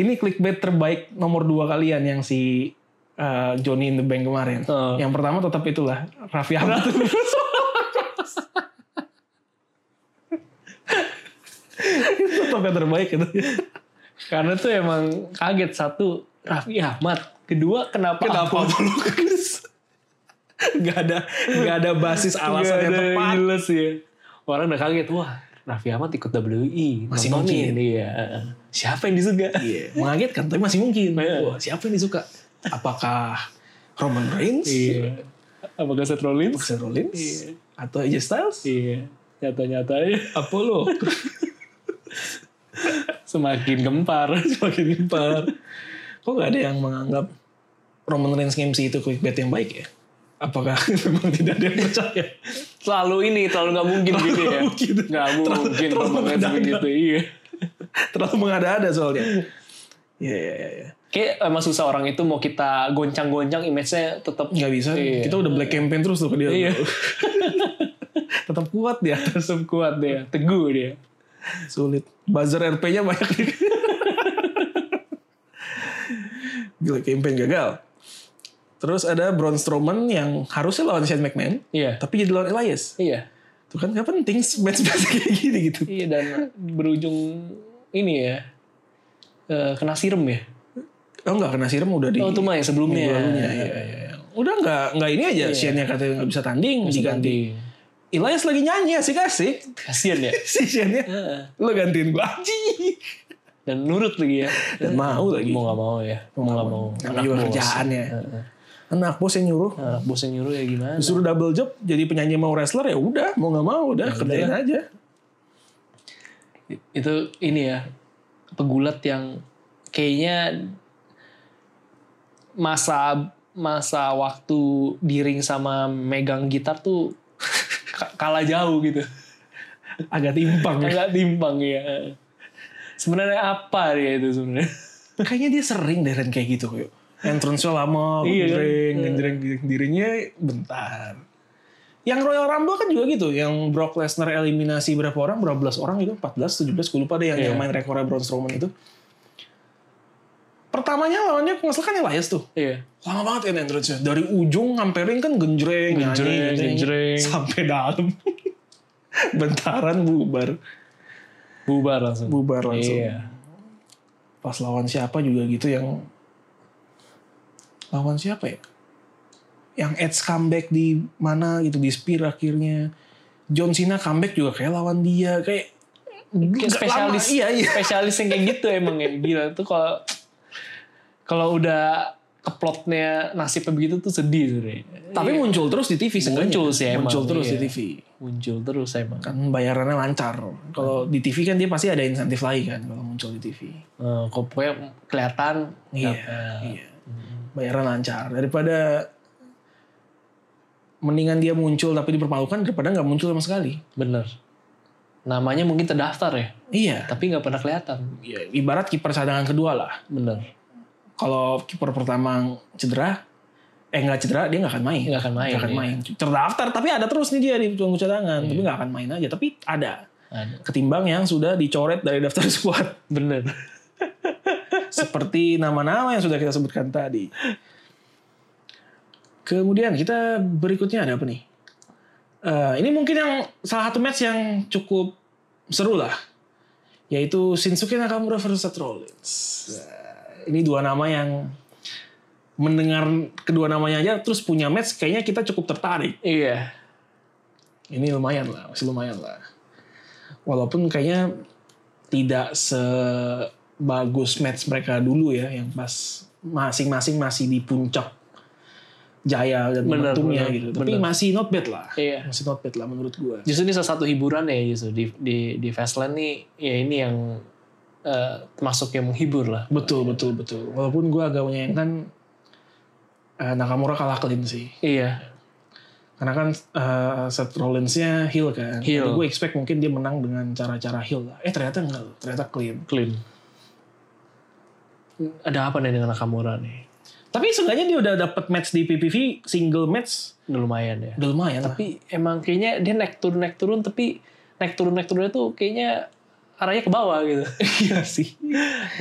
A: ini clickbait terbaik nomor dua kalian yang si uh, Johnny in the Bank kemarin.
B: Heeh.
A: Yang pertama tetap itulah Raffi *laughs* Ahmad. Itu tetap yang terbaik itu.
B: *laughs* Karena tuh emang kaget satu Raffi Ahmad, kedua kenapa? Apollo?
A: *laughs* gak ada gak ada basis alasan
B: Nggak
A: yang
B: ada
A: tepat.
B: Jelas ya. Orang udah kaget wah Raffi Ahmad ikut WI
A: Masih
B: nontonin.
A: mungkin.
B: Iya. Siapa yang disuka?
A: Iya, Mengagetkan tapi masih mungkin.
B: Iya.
A: Wah, siapa yang disuka? Apakah Roman Reigns?
B: Iya. Apakah Seth Rollins?
A: Seth Rollins?
B: Iya.
A: Atau AJ Styles?
B: Iya. Nyata-nyata ya.
A: Apollo. *laughs*
B: Semakin
A: *laughs*
B: gempar, semakin gempar.
A: Kok gak ada yang menganggap Roman Reigns MC itu clickbait yang baik ya? Apakah *laughs* memang tidak ada yang percaya?
B: Selalu ini, terlalu nggak mungkin gitu ya.
A: Terlalu gitu.
B: Nggak
A: Terlalu-
B: mungkin
A: terlalu
B: ngomongnya
A: mendadak.
B: segitu. Iya.
A: Terlalu mengada-ada soalnya. Iya, iya, iya. Ya.
B: Kayak emang susah orang itu mau kita goncang-goncang image-nya tetap
A: Gak bisa.
B: Iya.
A: Kita udah black campaign terus tuh ke dia.
B: Iya. *laughs*
A: Tetap kuat dia.
B: tetap kuat dia, teguh dia.
A: Sulit. Buzzer RP-nya banyak. *laughs* black campaign gagal. Terus ada Braun Strowman yang harusnya lawan Shane McMahon.
B: Iya.
A: Tapi jadi lawan Elias.
B: Iya.
A: Tuh kan gak penting match-match kayak gini gitu.
B: Iya dan berujung ini ya eh, kena siram ya.
A: Oh enggak kena siram udah di
B: Oh itu mah yang sebelumnya.
A: Iya, iya, iya. Udah enggak enggak ini aja Shane yang katanya enggak Iya. bisa tanding diganti.
B: Ganti.
A: Elias lagi nyanyi asik-asik.
B: Kasian ya.
A: *laughs* Si Shane-nya
B: Heeh.
A: lo gantiin gua anjing.
B: dan nurut
A: *laughs*
B: lagi ya.
A: Dan Iya. mau lagi.
B: Mau nggak mau ya. Mau nggak mau.
A: Namanya juga kerjaannya. Anak bos yang nyuruh
B: Anak bos yang nyuruh ya gimana?
A: suruh double job jadi penyanyi mau wrestler ya udah mau nggak mau udah kerjain aja.
B: Itu ini ya pegulat yang kayaknya masa masa waktu di ring sama megang gitar tuh *laughs* ka- kalah jauh gitu.
A: Agak *laughs* timpang.
B: agak timpang ya sebenarnya apa dia itu sebenarnya *laughs*
A: Kayaknya dia sering deh Ren, kayak gitu kayak entrance-nya lama,
B: Iya, kan?
A: jreng, jreng, jreng, dirinya bentar. Yang Royal Rumble kan juga gitu, yang Brock Lesnar eliminasi berapa orang, berapa belas orang itu, 14, 17, gue lupa deh yang,
B: Iya.
A: yang main rekornya Braun Strowman itu. Pertamanya lawannya kalau nggak salah kan Elias tuh.
B: iya
A: Lama banget kan entrance-nya. Dari ujung sampai ring kan genjreng, nyanyi,
B: Genjreng,
A: nyanyi,
B: genjreng.
A: Sampai dalam. *laughs* Bentaran bubar.
B: bubar langsung
A: Bubar langsung.
B: iya
A: pas lawan siapa juga gitu yang lawan siapa ya yang Edge comeback di mana gitu di Spear akhirnya John Cena comeback juga kayak lawan dia kayak
B: Kayak
A: Nggak lama,
B: spesialis
A: iya iya
B: spesialis yang kayak gitu emang ya gila tuh kalau kalau udah keplotnya nasibnya begitu tuh sedih sebenarnya Iya,
A: tapi muncul terus di TV seenggaknya.
B: Muncul sih emang,
A: iya. muncul terus
B: iya.
A: di TV
B: muncul terus emang
A: kan bayarannya lancar kalau di TV kan dia pasti ada insentif lagi kan kalau muncul di TV
B: Eh, kok pokoknya kelihatan
A: Iya,
B: eh,
A: iya. Bayaran lancar daripada mendingan dia muncul tapi dipermalukan daripada nggak muncul sama sekali.
B: bener namanya mungkin terdaftar ya
A: Iya.
B: tapi nggak pernah kelihatan
A: Ya, ibarat kiper cadangan kedua lah.
B: bener
A: Kalau kiper pertama cedera, eh nggak cedera dia nggak akan main.
B: Nggak akan main,
A: Nggak akan
B: iya.
A: main. Terdaftar tapi ada terus nih dia di tunggu cadangan, tapi nggak akan main aja. Tapi ada.
B: Ada.
A: Ketimbang yang sudah dicoret dari daftar *laughs* squad
B: bener
A: seperti nama-nama yang sudah kita sebutkan tadi. Kemudian kita berikutnya ada apa nih? Eh, ini mungkin yang salah satu match yang cukup seru lah, yaitu Shinsuke Nakamura versus Seth Rollins. Eh, ini dua nama yang mendengar kedua namanya aja terus punya match kayaknya kita cukup tertarik.
B: iya
A: Ini lumayan lah, masih lumayan lah. Walaupun kayaknya tidak sebagus match mereka dulu ya, yang pas masing-masing masih di puncak jaya dan
B: Benar,
A: momentumnya
B: benar,
A: gitu. Tapi
B: benar.
A: masih not bad lah.
B: Iya.
A: Masih not bad lah menurut gua.
B: justru ini salah satu hiburan ya justru di di di Fastlane nih ya ini yang eh, termasuk yang menghibur lah
A: Betul, betul, betul. Walaupun gua agak menyayangkan eh, Nakamura kalah clean sih.
B: Iya.
A: Karena kan eh, Seth Rollins-nya heel kan.
B: Heel.
A: Jadi gue expect mungkin dia menang dengan cara-cara heel lah. Eh ternyata enggak loh. Ternyata clean.
B: Clean. Ada apa nih dengan Nakamura nih?
A: Tapi seenggaknya dia udah dapat match di PPV. Single match.
B: Udah lumayan ya.
A: Udah lumayan
B: *laughs*
A: lah.
B: Tapi emang kayaknya dia naik turun naik turun tapi naik turun naik turunnya tuh kayaknya arahnya ke bawah gitu.
A: Iya sih.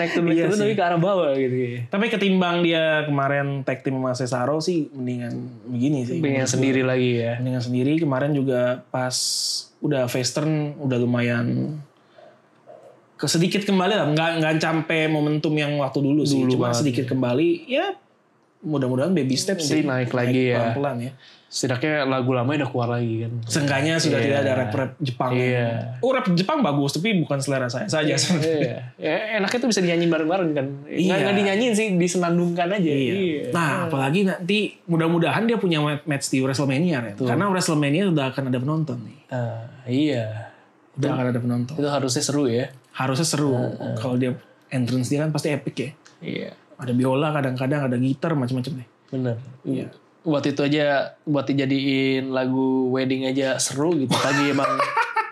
B: naik turun
A: Iya
B: naik turun
A: sih.
B: tapi ke arah bawah gitu. kayaknya.
A: Tapi ketimbang dia kemarin tag team sama Cesaro sih mendingan begini sih.
B: Pengen sendiri lagi ya.
A: Mendingan sendiri kemarin juga pas udah face turn udah lumayan ke sedikit kembali lah nggak nggak sampai momentum yang waktu dulu sih
B: Dulu
A: cuma
B: banget.
A: sedikit kembali ya mudah-mudahan baby step sih
B: Jadi naik lagi ya.
A: pelan-pelan ya
B: Setidaknya lagu lamanya udah keluar lagi kan.
A: seenggaknya sudah
B: Iya.
A: tidak ada rap rap Jepang
B: Iya.
A: oh rap Jepang bagus tapi bukan selera saya saja
B: *laughs* Iya. Ya, enaknya tuh bisa dinyanyiin bareng-bareng kan. Nggak,
A: Iya.
B: nggak dinyanyiin sih, disenandungkan aja.
A: Iya.
B: Hmm.
A: Nah, apalagi nanti mudah-mudahan dia punya match di WrestleMania Ren. Karena WrestleMania udah akan ada penonton nih.
B: Ah, iya.
A: Udah akan ada penonton.
B: Itu harusnya seru ya.
A: Harusnya seru.
B: hmm.
A: Kalau dia entrance dia kan pasti epic ya.
B: Iya.
A: Ada biola kadang-kadang, ada gitar macam-macam deh.
B: Bener. Buat itu aja, buat dijadiin lagu wedding aja seru gitu. Apalagi *laughs* emang,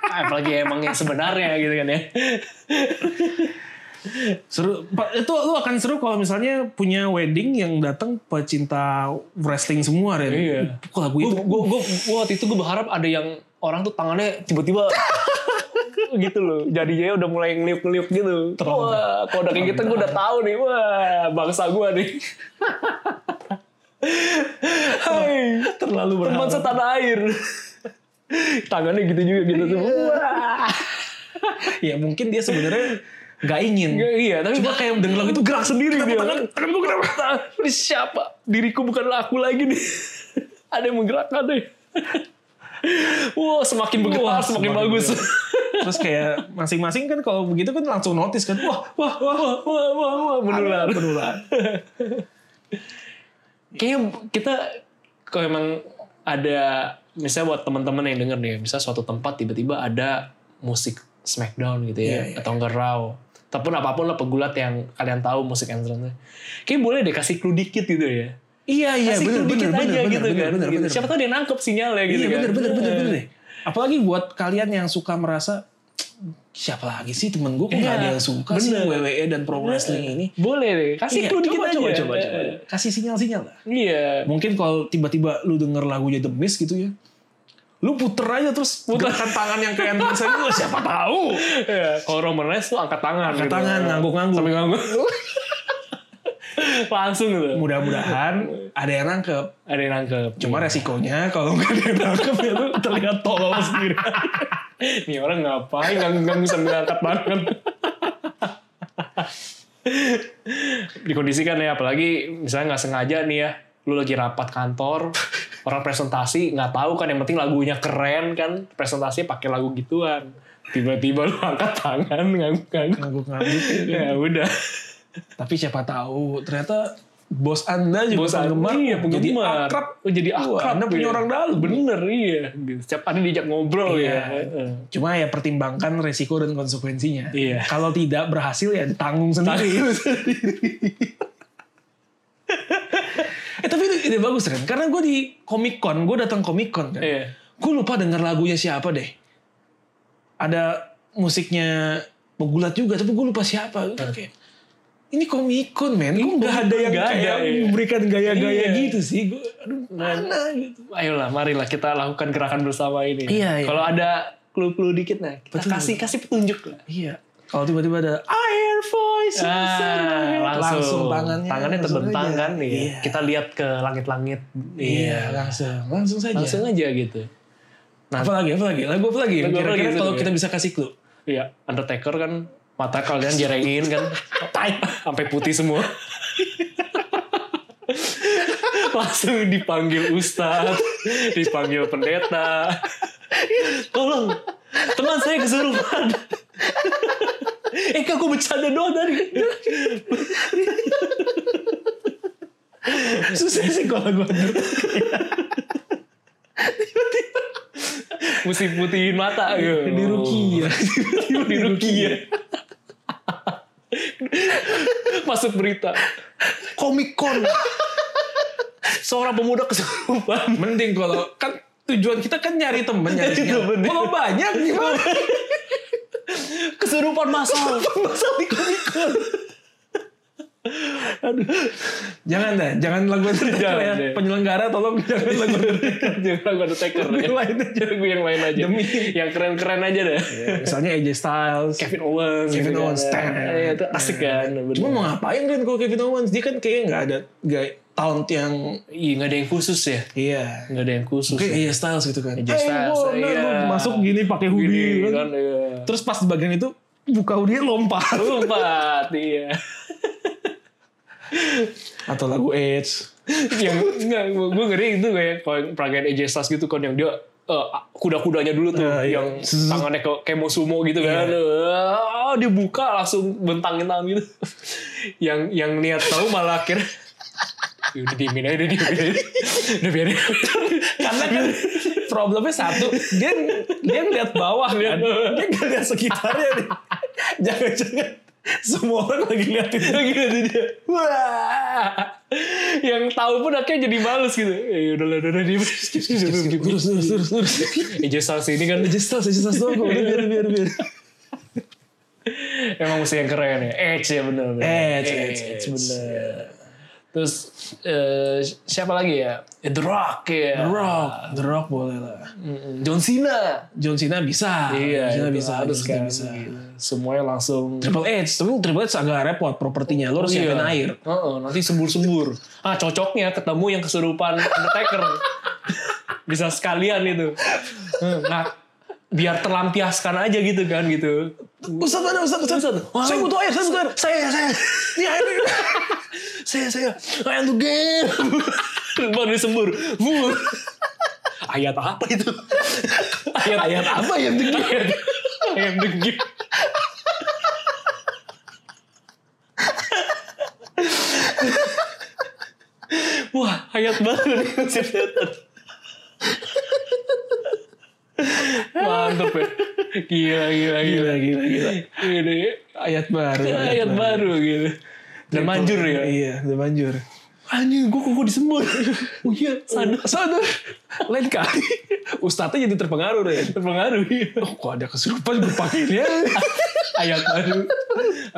B: apalagi emang yang sebenarnya gitu kan ya.
A: Seru. Pa- Itu lu akan seru kalau misalnya punya wedding yang datang pecinta wrestling semua Ren.
B: Iya.
A: Kok lagu
B: *laughs*
A: itu
B: Gue waktu itu gue berharap ada yang orang tuh tangannya tiba-tiba *laughs* gitu loh. Jadinya udah mulai ngeliuk-ngeliuk gitu. Wah, kalau udah kayak gitu gue udah tahu nih. Wah, bangsa gue nih. Hai,
A: terlalu
B: teman
A: berharap.
B: setanah air. tangannya gitu juga gitu tuh. Wah.
A: Ya mungkin dia sebenarnya nggak ingin.
B: Iya, iya, tapi
A: Cuma kayak denger lagu itu gerak sendiri
B: dia.
A: Tangan, tangan gua kenapa?
B: Ini siapa? Diriku bukanlah aku lagi nih. *laughs* ada yang menggerakkan
A: *laughs*
B: deh. Wow, semakin bergetar,
A: Wah,
B: semakin,
A: semakin
B: bagus.
A: Terus kayak masing-masing kan kalau begitu kan langsung notice kan. Wah,
B: wah, wah, wah, wah, wah, wah, menular.
A: Menular.
B: *laughs* Kayaknya kita kalau emang ada misalnya buat teman-teman yang denger nih, misalnya suatu tempat tiba-tiba ada musik Smackdown gitu
A: Iya,
B: ya,
A: iya.
B: atau enggak Raw. Ataupun apapun lah pegulat yang kalian tahu musik entrance-nya. Kayaknya boleh deh kasih clue dikit gitu ya.
A: Iya iya
B: kasih
A: bener
B: clue
A: bener
B: dikit aja
A: bener
B: gitu
A: bener
B: kan.
A: bener
B: gitu.
A: bener.
B: Siapa tahu dia nangkep sinyalnya gitu
A: Iya
B: kan.
A: bener bener bener bener. deh. Apalagi buat kalian yang suka merasa siapa lagi sih temen gue kok
B: Iya,
A: gak ada yang suka sih
B: bener.
A: WWE dan pro wrestling ini.
B: Boleh deh, kasih
A: Iya,
B: clue dikit
A: coba,
B: aja.
A: coba, coba, coba, Kasih sinyal-sinyal lah.
B: Iya.
A: Mungkin kalau tiba-tiba lu denger lagunya The Mist gitu ya. Lu puter aja terus putarkan tangan yang kayak entrance itu
B: *laughs*
A: siapa tahu.
B: Iya. Kalau Roman Reigns tuh angkat tangan gitu.
A: Angkat tangan, ngangguk-ngangguk.
B: Sambil
A: *laughs*
B: ngangguk. Langsung gitu.
A: Mudah-mudahan ada yang nangkep.
B: Ada yang nangkep.
A: Cuma resikonya kalau nggak ada yang nangkep ya lu terlihat tolol sendiri.
B: *laughs* Ini orang ngapain ngangguk-ngangguk sambil angkat tangan. *laughs* Dikondisikan ya, apalagi misalnya nggak sengaja nih ya, lu lagi rapat kantor, orang presentasi nggak tahu kan yang penting lagunya keren kan presentasi pakai lagu gituan tiba-tiba lu angkat tangan
A: *laughs*
B: ngangguk-ngangguk
A: Ngangguk-ngangguk.
B: ya udah
A: Tapi siapa tahu ternyata bos anda juga
B: bosan
A: penggemar.
B: iya penggemar
A: Jadi akrab.
B: Oh, jadi
A: Wah,
B: akrab
A: Anda punya
B: ya.
A: orang dalam.
B: bener iya Gitu. setiap hari diajak ngobrol
A: Iya.
B: ya Heeh.
A: Cuma ya pertimbangkan resiko dan konsekuensinya.
B: Iya.
A: Kalau tidak berhasil ya ditanggung sendiri. *laughs* eh tapi itu ide bagus kan. Karena gue di Comic Con, gue datang Comic Con kan.
B: Iya.
A: Gue lupa denger lagunya siapa deh. Ada musiknya pegulat juga, tapi gue lupa siapa. Gua kayak, ini Comic Con men, kok nggak ada yang
B: Nggak ada,
A: kayak
B: iya.
A: memberikan gaya-gaya
B: Iya.
A: gitu sih. Gue, aduh mana gitu.
B: ayolah marilah kita lakukan gerakan bersama ini
A: Iya, iya.
B: kalau ada clue-clue dikit nah kita
A: Betul.
B: kasih kasih petunjuk lah
A: Iya. Kalau tiba-tiba ada air voice inside my head."
B: Ah, langsung,
A: tangannya
B: tangannya
A: ya. langsung
B: terbentang
A: aja.
B: kan ya.
A: Iya.
B: kita lihat ke langit-langit
A: Iya, langsung. Langsung saja.
B: langsung aja gitu Nah.
A: Apalagi, apalagi. Lagu apa lagi?
B: Lagu apa
A: Kira-kira
B: lagi
A: kalau
B: sebenarnya?
A: kita bisa kasih clue.
B: Iya, Undertaker kan mata kalian jerengin kan, sampai putih semua. *laughs* Langsung dipanggil ustadz, dipanggil pendeta. Tolong, teman saya kesurupan. *laughs* eh, kok aku bercanda doang tadi. *laughs*
A: Susah sih kalau lagu under.
B: Mesti putihin mata. gitu.
A: Di Rukia.
B: Tiba-tiba *laughs* di Rukia. Masuk berita.
A: Comic Con.
B: seorang pemuda kesurupan.
A: Mending kalau kan tujuan kita kan nyari temen nyari
B: Nyari
A: sinyal.
B: temen.
A: Kalau banyak gimana?
B: Kesurupan masal. masal di komikon. Aduh.
A: jangan dah, jangan lagu Undertaker
B: Jangan
A: ya.
B: deh.
A: Penyelenggara tolong *laughs* jangan lagu Undertaker.
B: Jangan gue ada taker.
A: Lagu lain aja.
B: Gue yang lain aja.
A: Demi.
B: Yang keren-keren aja deh.
A: Ya, Misalnya AJ Styles.
B: Kevin Owens.
A: Kevin
B: gitu
A: Owens,
B: kan.
A: Stan.
B: Iya, itu asik kan. bener.
A: Cuma mau ngapain kan kalau Kevin Owens? Dia kan kayaknya nggak ada nggak talent yang
B: Iya, nggak ada yang khusus ya.
A: iya.
B: Nggak ada yang khusus. ya?
A: Mungkin AJ Styles gitu kan.
B: AJ
A: Eh,
B: Styles,
A: gua- nah,
B: iya.
A: lu masuk gini pakai hoodie
B: Gini
A: kan.
B: kan, iya.
A: Terus pas di bagian itu buka hoodie lompat
B: Lompat, *laughs* iya.
A: atau lagu Edge.
B: yang enggak, gue, gue ngeri itu kayak kalau peragaan AJ Styles gitu kan yang dia eh, kuda-kudanya dulu tuh
A: Ah, iya.
B: yang
A: Zzz. Iya.
B: tangannya ke kemo sumo gitu kan Eh, dia buka langsung bentangin tangan gitu *laughs* yang yang niat tahu malah akhirnya Ya udah diemin aja udah diemin
A: *laughs*
B: aja udah biarin *laughs*
A: Karena kan problemnya satu, dia dia ngeliat bawah kan,
B: Iya.
A: dia nggak lihat sekitarnya nih. Jangan-jangan semua orang lagi liatin
B: lagi nanti dia wah yang tahu pun akhirnya jadi males gitu ya udah lah udah udah diem skip skip skip skip
A: Terus terus terus terus.
B: AJ Styles ini kan
A: Aja stres, aja stres doang. kok. Udah, biar biar biar.
B: Emang musik yang keren ya. Edge ya bener. bener.
A: Edge, Edge, Edge.
B: bener. Terus eh, siapa lagi ya? Eh, The Rock ya.
A: The Rock, The Rock boleh lah.
B: Mm-mm. John Cena.
A: John Cena bisa, John Cena
B: Iya, itu
A: bisa,
B: harus
A: John Cena
B: kan.
A: bisa.
B: Gitu. Semuanya langsung.
A: Triple H, tapi Triple H agak repot propertinya. Lo harus siapin
B: Iya.
A: air.
B: Heeh, nanti sembur-sembur. Ah cocoknya ketemu yang kesurupan
A: *laughs*
B: Undertaker. Bisa sekalian itu. Hmm, Nah, biar terlampiaskan aja gitu kan gitu.
A: Ustaz mana, Ustaz, Ustaz, Ustaz. Saya butuh air, saya butuh air. Saya, saya. Ini air. saya, saya. Air untuk game.
B: Baru disembur. Mur. Ayat apa itu? Ayat
A: Ayat apa ya? yang untuk game?
B: Ayam ayam Iya. degil. Wah, hayat banget nih si setan. Mantep ya. Gila, gila, gila.
A: Gila, gila, gila.
B: Ini
A: Ayat baru.
B: ayat baru gitu. Dan manjur ya.
A: Iya, udah manjur.
B: Anjir, gue kok disembur. Oh iya, sadar.
A: Sadar. Lain kali. Ustadznya jadi terpengaruh, Ren.
B: Terpengaruh. iya.
A: Oh, kok ada kesurupan gue pakai *laughs* dia.
B: Ayat ya? baru.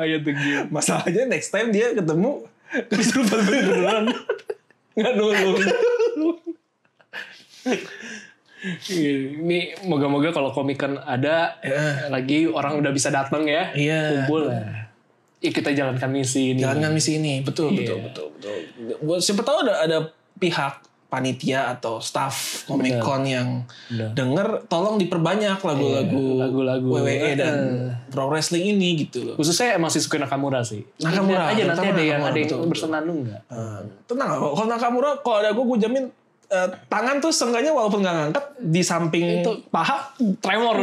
B: Ayat degil.
A: Masalahnya next time dia ketemu *laughs* kesurupan beneran.
B: beneran nggak nolong ini moga-moga kalau komikan ada
A: Ya.
B: lagi orang udah bisa datang ya
A: Iya.
B: kumpul lah ya kita jalankan misi ini
A: Jalankan misi ini, Iya. betul, betul, betul, betul. Buat siapa tahu ada ada pihak panitia atau staff Comic Con yang
B: Benar.
A: denger tolong diperbanyak lagu-lagu
B: Iya, lagu-lagu.
A: WWE dan
B: Eh.
A: pro wrestling ini gitu loh.
B: khususnya emang Sisuke Nakamura sih
A: Nakamura,
B: Lihat aja nanti
A: terutama
B: ada yang
A: Nakamura,
B: ada yang
A: betul, betul.
B: bersenandung nggak
A: Eh, tenang kok. Kalau Nakamura, kalau ada gue, gue jamin eh, tangan tuh seenggaknya walaupun nggak ngangkat di samping paha
B: tremor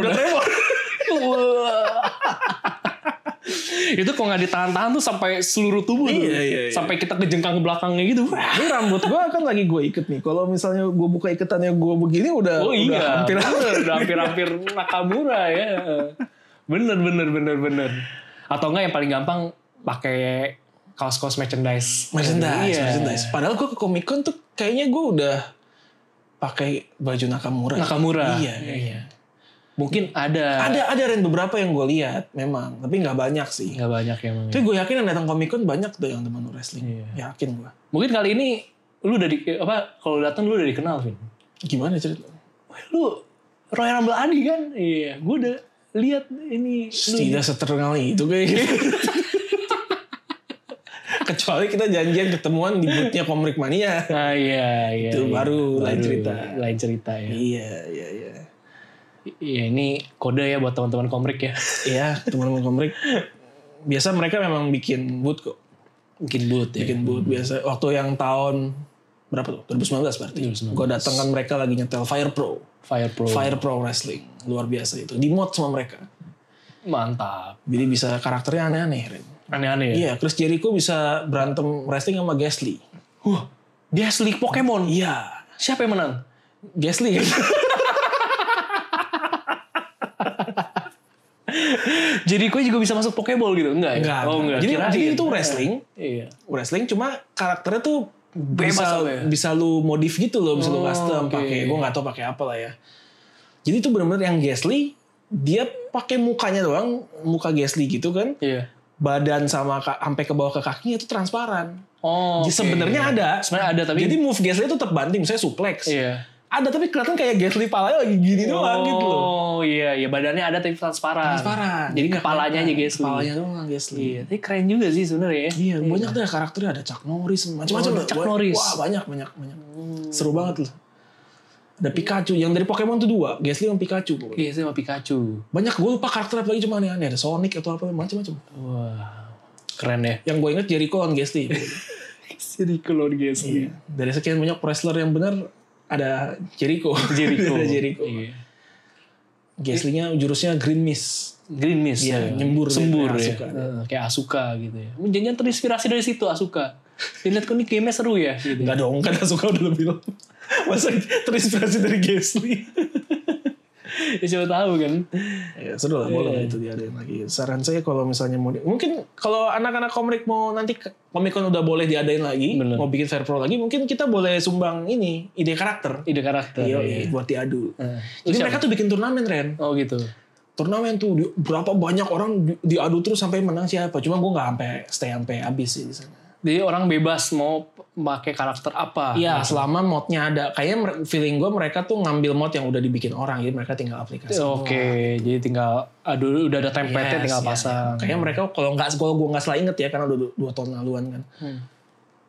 A: udah
B: udah
A: tremor.
B: *laughs* itu kok nggak ditahan-tahan tuh sampai seluruh tubuh tuh.
A: Iya, iya, iya.
B: sampai kita kejengkang ke belakangnya gitu
A: Ini rambut gue kan lagi gue iket nih. Kalau misalnya gue buka iketannya gue begini udah
B: Oh
A: udah
B: iya,
A: hampir
B: bener,
A: *laughs*
B: udah hampir-hampir Nakamura ya. Bener, bener, bener, bener. Atau enggak yang paling gampang pakai kaos-kaos merchandise.
A: merchandise,
B: Iya.
A: merchandise. Padahal gue ke Comic Con tuh kayaknya gue udah pakai baju Nakamura.
B: Nakamura.
A: Iya. iya.
B: Mungkin ada.
A: Ada ada Ren beberapa yang gue lihat memang, tapi nggak banyak sih.
B: Nggak banyak ya, Mang.
A: Tapi gue yakin yang datang Comic Con banyak tuh yang teman wrestling.
B: Iya.
A: Yakin gue.
B: Mungkin kali ini lu udah di, apa kalau datang lu udah dikenal, Vin.
A: Gimana ceritanya?
B: Wah, Lu Roy Rumble Adi kan? Iya, gua udah lihat ini lu
A: Tidak seterkenal itu kayak gitu. *laughs* Kecuali kita janjian ketemuan di bootnya Komrik Mania.
B: Ah iya, iya.
A: Itu
B: iya.
A: baru lain cerita.
B: Lain cerita ya.
A: Iya, iya, iya.
B: Iya, ini kode ya buat teman-teman komrik ya.
A: Iya, teman-teman Komrik. Biasa mereka memang bikin boot kok.
B: Bikin boot ya.
A: Bikin boot biasa. Waktu yang tahun berapa tuh? 2019 berarti.
B: 2019.
A: Gue datang kan mereka lagi nyetel Fire Pro.
B: Fire Pro.
A: Fire Pro Wrestling. Luar biasa itu. Di mod sama mereka.
B: Mantap.
A: Jadi bisa karakternya aneh-aneh. Ren.
B: Aneh-aneh ya?
A: Iya, Chris Jericho bisa berantem wrestling sama Gasly.
B: Wah, dia sleek Pokemon.
A: Iya.
B: Siapa yang menang? *laughs*
A: Gasly kan?
B: Jadi gue juga bisa masuk Pokeball gitu? Enggak ya?
A: Enggak.
B: Oh enggak.
A: Jadi,
B: Kirain.
A: jadi itu wrestling.
B: Iya.
A: Wrestling cuma karakternya tuh
B: Bebas
A: bisa
B: apa ya?
A: bisa lu modif gitu loh, bisa lu
B: Oh,
A: custom
B: oke.
A: pakai. Gue nggak tahu pakai apa lah ya. Jadi itu benar-benar yang Gasly dia pakai mukanya doang, muka Gasly gitu kan.
B: Iya.
A: Badan sama ka- sampai ke bawah ke kakinya itu transparan.
B: Oh.
A: Jadi
B: oke.
A: Sebenarnya ada.
B: Sebenarnya ada tapi
A: Jadi move Gasly itu tetap banting, misalnya suplex.
B: Iya.
A: Ada tapi kelihatan kayak Gasly palanya lagi gini doang gitu loh.
B: Oh iya, ya badannya ada tapi transparan. Jadi
A: Nggak
B: kepalanya aja
A: kelihatan.
B: Gasly.
A: kan? Kepalanya doang Gasly.
B: Iya, tapi keren juga sih sebenarnya ya.
A: Iya, banyak deh karakternya ada Chuck Norris macam-macam.
B: Oh,
A: loh.
B: Chuck
A: Wah,
B: Norris. Hmm.
A: Wah banyak banyak banyak. Seru banget loh. Ada Pikachu yang dari Pokemon tuh dua, Gasly sama Pikachu.
B: Iya, sih sama Pikachu.
A: Banyak gue lupa karakter apa lagi cuma aneh-aneh ada Sonic atau apa macam-macam.
B: Wah, keren ya.
A: Yang gue inget Jericho lawan Gasly.
B: Iya.
A: Iya.
B: Jadi Lord Gasly.
A: dari sekian banyak wrestler yang benar ada Jericho. *laughs*
B: Jericho.
A: ada Jericho.
B: Iya.
A: Gasly-nya jurusnya Green Mist.
B: Green Mist.
A: Iya,
B: ya.
A: nyembur dia,
B: Sembur
A: kayak
B: ya.
A: Asuka.
B: Heeh, Kayak Asuka gitu ya. Menjanjian terinspirasi dari situ Asuka. Dilihat kok ini game-nya seru ya gitu.
A: Enggak dong, kan Asuka udah lebih lama. *laughs* Masa terinspirasi dari Gasly.
B: ya siapa tahu kan.
A: Ya, seru lah, boleh lah itu diadain lagi. Saran saya kalau misalnya mau, di- mungkin kalau anak-anak komik mau nanti komik udah boleh diadain lagi,
B: Bener.
A: mau bikin fair pro lagi, mungkin kita boleh sumbang ini ide karakter.
B: Ide karakter.
A: Iya,
B: ya.
A: buat diadu.
B: Heeh.
A: Jadi mereka tuh bikin turnamen Ren.
B: Oh gitu.
A: Turnamen tuh di- berapa banyak orang di- diadu terus sampai menang siapa. Cuma gue nggak sampai stay sampai habis sih di sana.
B: Jadi orang bebas mau pakai karakter apa.
A: Iya, selama modnya ada. Kayaknya mer- feeling gue mereka tuh ngambil mod yang udah dibikin orang, jadi mereka tinggal aplikasi.
B: Oke, jadi tinggal aduh udah ada
A: Yes,
B: template-nya Kan tinggal
A: iya,
B: pasang.
A: iya. Kayaknya mereka kalau nggak kalau gue nggak salah inget ya karena udah du- dua tahun laluan kan.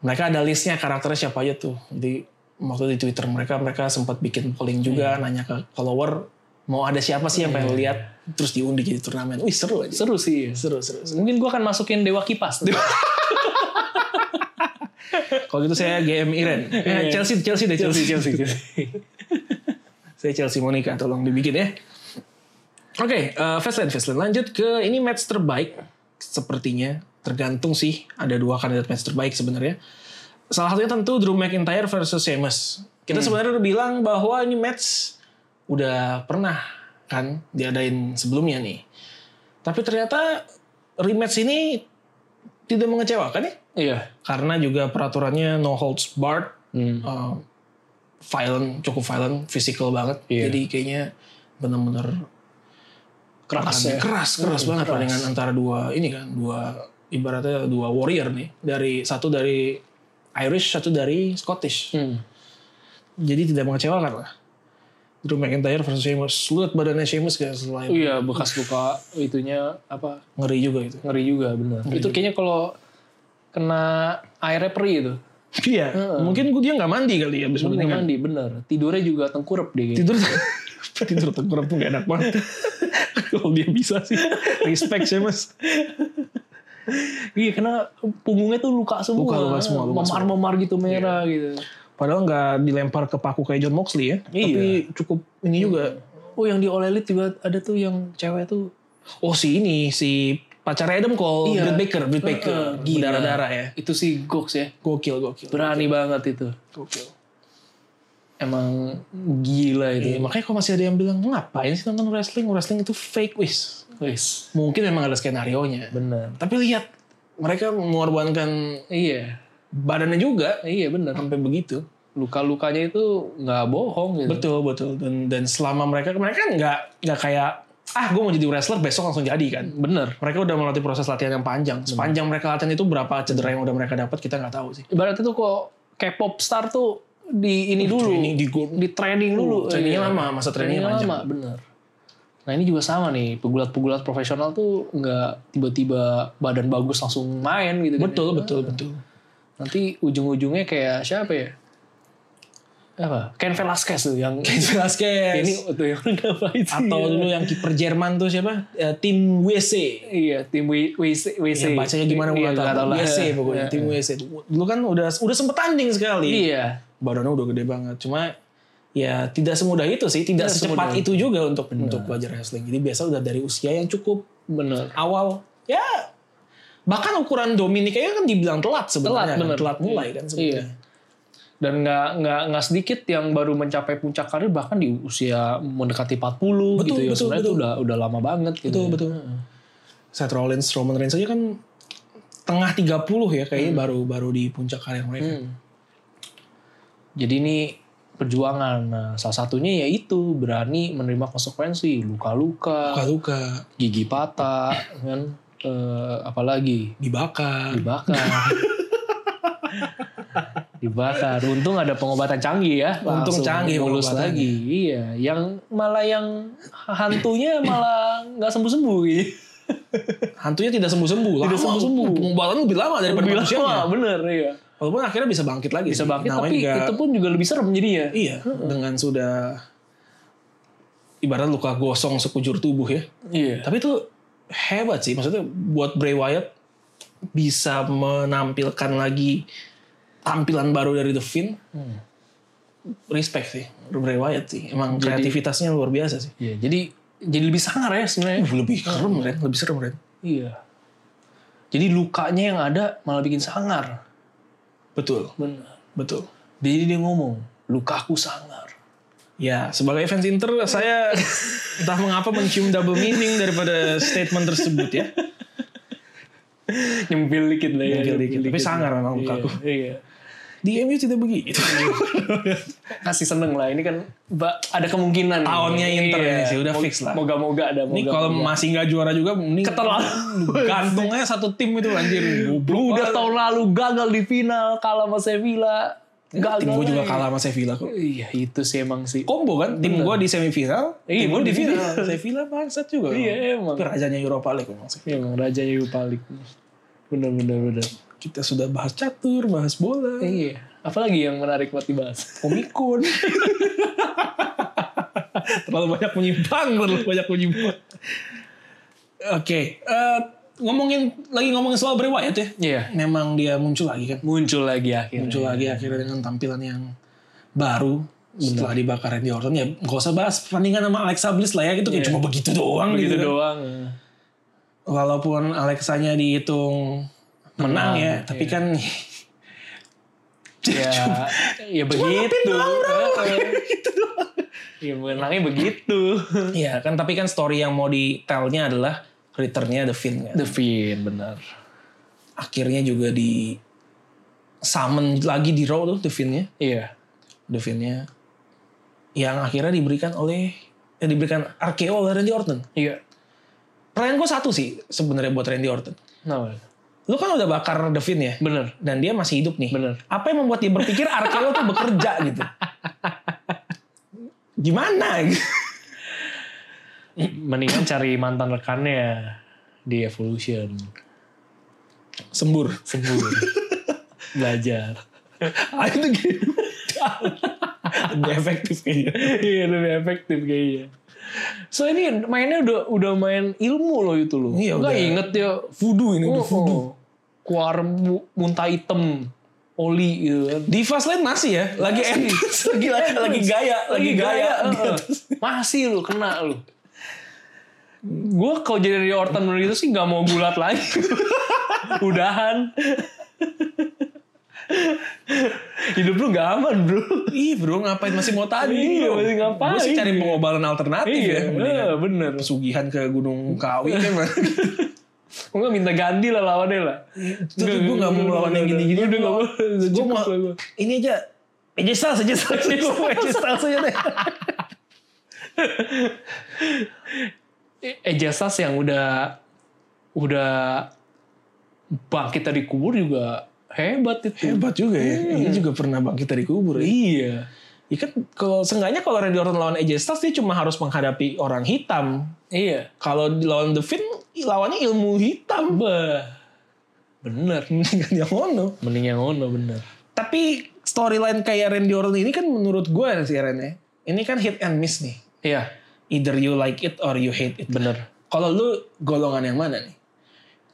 A: Mereka ada listnya karakternya siapa aja tuh. Jadi waktu di Twitter mereka mereka sempat bikin polling juga nanya ke follower mau ada siapa sih yang pengen lihat terus diundi jadi turnamen. Wih seru aja.
B: Seru sih. ya.
A: Seru seru. seru.
B: Mungkin gua akan masukin Dewa Kipas.
A: Kalau gitu saya GM Iren. Eh, Chelsea Chelsea deh Chelsea.
B: Chelsea, Chelsea.
A: Saya Chelsea Monica tolong dibikin ya. Oke, eh, Fastlane, Fastlane. Lanjut ke ini match terbaik sepertinya. Tergantung sih, ada dua kandidat match terbaik sebenarnya. Salah satunya tentu Drew McIntyre versus Sheamus. Kita sebenarnya udah bilang bahwa ini match udah pernah kan diadain sebelumnya nih. Tapi ternyata rematch ini tidak mengecewakan ya.
B: Iya.
A: Karena juga peraturannya no holds barred
B: Hmm.
A: uh, violent cukup violent physical banget
B: Iya.
A: jadi kayaknya benar-benar
B: Keras
A: pertandingan- keras Iya,
B: ya.
A: keras
B: Hmm,
A: banget
B: keras.
A: pertandingan antara dua ini kan dua ibaratnya dua warrior nih dari satu dari Irish satu dari Scottish
B: Hmm.
A: jadi tidak mengecewakan lah Drew McIntyre versus Sheamus lu liat badannya Sheamus kayak selain
B: Iya, bekas luka itunya apa
A: ngeri juga gitu. itu
B: ngeri juga bener. itu kayaknya kalau kena airnya perih itu.
A: *laughs* iya mungkin gue dia nggak mandi kali ya abis
B: Mending
A: pertandingan.
B: mandi bener. Tidurnya juga tengkurap dia. kayaknya.
A: tidur *laughs* tidur tengkurap tuh gak enak banget *laughs* kalau dia bisa *laughs* sih respect Sheamus
B: Iya, karena punggungnya tuh luka semua.
A: Luka, luka semua, luka semua. Iya.
B: Memar-memar gitu merah gitu.
A: Padahal nggak dilempar ke paku kayak John Moxley ya.
B: Iya.
A: Tapi cukup ini juga.
B: Oh, yang diolelit juga ada tuh yang cewek tuh.
A: Oh si ini si pacarnya Adam Cole,
B: Iya.
A: Britt Baker, Britt Baker,
B: Heeh, gila.
A: berdarah-darah ya.
B: Itu sih goks ya.
A: Gokil, gokil,
B: Berani banget itu.
A: gokil.
B: Emang gila
A: Iya,
B: itu.
A: makanya kok masih ada yang bilang ngapain sih nonton wrestling? Wrestling itu fake, wis.
B: Wis,
A: Mungkin memang ada skenario nya.
B: bener.
A: Tapi lihat mereka mengorbankan
B: Iya,
A: badannya juga
B: iya bener.
A: sampai begitu.
B: Luka-lukanya itu nggak bohong gitu.
A: Betul, betul. Dan dan selama mereka mereka nggak nggak kayak ah gue mau jadi wrestler besok langsung jadi kan.
B: Bener.
A: mereka udah melalui proses latihan yang
B: Hmm.
A: panjang. Sepanjang mereka latihan itu berapa cedera yang udah mereka dapat kita nggak tahu sih.
B: Ibaratnya tuh kok K-pop star tuh di ini dulu,
A: training,
B: di,
A: di go-
B: training dulu.
A: trainingnya
B: Iya.
A: Uh, lama, masa trainingnya panjang.
B: Trainingnya lama, bener. Nah ini juga sama nih, pegulat-pegulat profesional tuh nggak tiba-tiba badan bagus langsung main gitu. kan.
A: Betul, betul,
B: *laughs*
A: betul.
B: Nanti ujung-ujungnya kayak siapa ya? Apa? Ken Velasquez tuh yang
A: Velasquez.
B: ini tuh yang *laughs* ngapain sih?
A: atau dulu yang kiper Jerman tuh siapa? Eh, tim WC.
B: Iya, tim W- WC.
A: Yang
B: WC.
A: bacanya gimana gue
B: Iya,
A: nggak
B: nggak
A: tahu.
B: lah.
A: WC pokoknya tim WC. Dulu kan udah udah sempet tanding sekali.
B: Iya.
A: Badannya udah gede banget. Cuma ya tidak semudah itu sih, tidak
B: Tidak
A: secepat
B: semudah
A: itu juga untuk untuk belajar wrestling. Jadi biasa udah dari usia yang cukup
B: Bener.
A: awal ya bahkan ukuran Dominic aja kan dibilang telat sebenarnya kan.
B: Telat, bener.
A: telat mulai kan sebenarnya.
B: Iya. Dan nggak nggak nggak sedikit yang baru mencapai puncak karir bahkan di usia mendekati 40
A: Betul,
B: gitu ya.
A: betul,
B: Sebenarnya itu
A: betul.
B: udah udah lama banget gitu.
A: Betul betul. Seth Rollins, Roman Reigns aja kan tengah 30 ya kayaknya baru baru di puncak karir mereka.
B: Hmm. Jadi ini perjuangan. Nah, salah satunya yaitu berani menerima konsekuensi, luka-luka,
C: Luka-luka,
B: gigi patah, kan Eh, apalagi
C: dibakar.
B: dibakar. dibakar. Untung ada pengobatan canggih ya.
C: Untung
B: Langsung
C: canggih
B: mulus
C: pengobatannya.
B: lagi. Iya, yang malah yang hantunya malah nggak sembuh-sembuh gitu.
A: Hantunya tidak sembuh-sembuh.
B: Tidak
A: Lama.
B: sembuh-sembuh.
A: Pengobatan lebih lama daripada
B: Bilang
A: manusianya.
B: "Wah, bener iya.
A: Walaupun akhirnya bisa bangkit lagi.
B: Bisa
A: sih.
B: bangkit
A: Namanya
B: tapi
A: juga-
B: itu pun juga lebih serem jadinya.
A: Iya, dengan sudah ibarat luka gosong sekujur tubuh ya.
B: Iya.
A: Tapi itu hebat sih, maksudnya buat Bray Wyatt bisa menampilkan lagi tampilan baru dari The Fiend. Respect sih, Bray Wyatt sih. Emang kreativitasnya luar biasa sih.
B: Iya, jadi jadi lebih sangar ya sebenarnya.
A: Lebih serem, Ren. Lebih serem, Ren.
B: Iya. Jadi lukanya yang ada malah bikin sangar.
A: Betul,
B: Benar.
A: betul.
B: Jadi dia ngomong, lukaku sangar.
A: Ya, sebagai fans Inter, *laughs* saya entah mengapa mencium double meaning daripada statement tersebut ya.
B: Nyempil dikit lah ya.
A: Nyempil dikit. Tapi sangar memang lukaku.
B: Iya.
A: Di MU tidak begitu.
B: Kasih seneng lah. Ini kan ba- ada kemungkinan.
A: Tahunnya Inter ini sih, udah
B: Mo-
A: fix lah.
B: Moga-moga ada.
A: Ini kalau
B: moga-moga.
A: masih nggak juara juga, mending
B: Keterlaluan.
A: *laughs* gantungnya satu tim itu anjir. Goblok.
B: Udah tahun lalu gagal di final. Kalah sama Sevilla. Gagal.
A: tim gue juga
B: lagi.
A: kalah sama Sevilla kok.
B: Iya itu sih emang sih.
A: Kombo kan, tim gue di semifinal, tim
B: Iya,
A: gue
B: gua
A: di
B: di
A: final. Sevilla bangsat juga.
B: Iya, emang.
A: Tapi rajanya Europa League emang sih.
B: Iya emang Raja Europa League. Bener bener bener.
A: Kita sudah bahas catur, bahas bola,
B: Iya. Apalagi yang menarik buat dibahas?
A: komikon. *laughs* terlalu banyak menyimpang, terlalu banyak menyimpang. Oke, eh, ngomongin lagi ngomongin soal Bray Wyatt ya.
B: Iya.
A: Memang dia muncul lagi kan.
B: Muncul lagi akhirnya.
A: muncul lagi akhirnya dengan tampilan yang baru setelah dibakar Randy Orton ya gak usah bahas pertandingan sama Alexa Bliss lah ya itu kayak cuma begitu doang
B: Begitu
A: gitu kan.
B: doang.
A: walaupun Alexanya dihitung menang, ya tapi kan Iya.
B: *laughs* Ya, ya begitu.
A: *laughs* gitu doang.
B: Ya menangnya begitu.
A: Iya kan tapi kan story yang mau di tell-nya adalah returnnya *laughs* The Finn kan.
B: The Fiend benar.
A: akhirnya juga di summon lagi di Raw tuh The Finn-nya
B: Iya.
A: The Finn-nya yang akhirnya diberikan oleh yang diberikan RKO oleh Randy Orton
B: Iya.
A: Pertanyaan gue satu sih sebenarnya buat Randy Orton.
B: Nah,
A: Lu kan udah bakar Devin ya,
B: benar.
A: dan dia masih hidup nih.
B: Bener.
A: Apa yang membuat dia berpikir Arkeo tuh bekerja gitu? Gimana? *laughs*
B: Mendingan cari mantan rekannya di Evolution.
A: Sembur.
B: Sembuh. Belajar.
A: *laughs* Ah, itu gitu. Lebih efektif kayaknya.
B: iya lebih efektif kayaknya. So ini mainnya udah udah main ilmu loh itu loh.
A: Iya,
B: Nggak
A: udah.
B: inget ya.
A: Voodoo ini.
B: Oh,
A: udah voodoo.
B: oh. Keluar mu- muntah hitam. Oli gitu kan.
A: Di fast lane masih ya, lagi entrance, *laughs* lagi, lagi, lagi gaya, lagi gaya. di
B: Iya, heeh.
A: atas.
B: Masih lu kena lu. Gue kalau jadi Randy Orton bener gitu sih nggak mau gulat lagi. *laughs* Udahan. Hidup lu gak aman bro.
A: Ih bro ngapain masih mau tadi?
B: Iya,
A: bro?
B: masih ngapain?
A: Gua sih cari pengobatan alternatif
B: Iya,
A: ya. mendingan.
B: eh, bener.
A: Pesugihan ke Gunung Kawi kan.
B: Enggak minta ganti lah lawannya lah.
A: Tapi gue gak mau melawan yang gini-gini.
B: Udah nggak mau.
A: Gue
B: Cukup
A: mau
B: lah gua.
A: ini aja. AJ Styles, AJ
B: *laughs*
A: Styles, AJ Styles aja deh.
B: E- Ejasas yang udah udah bangkit dari kubur juga hebat itu.
A: Hebat juga ya. Ini juga pernah bangkit dari kubur ya.
B: Iya.
A: Ya kan kalau seenggaknya kalau Randy Orton lawan AJ Styles dia cuma harus menghadapi orang hitam.
B: Iya.
A: Kalau lawan The Fiend lawannya ilmu hitam.
B: Bah.
A: *laughs*
B: Bener.
A: Mendingan yang ono.
B: Mending yang ono bener.
A: Tapi storyline kayak Randy Orton ini kan menurut gue sih Ren ya. Ini kan hit and miss nih.
B: Iya.
A: Either you like it or you hate it.
B: Bener.
A: Kalau lu golongan yang mana nih?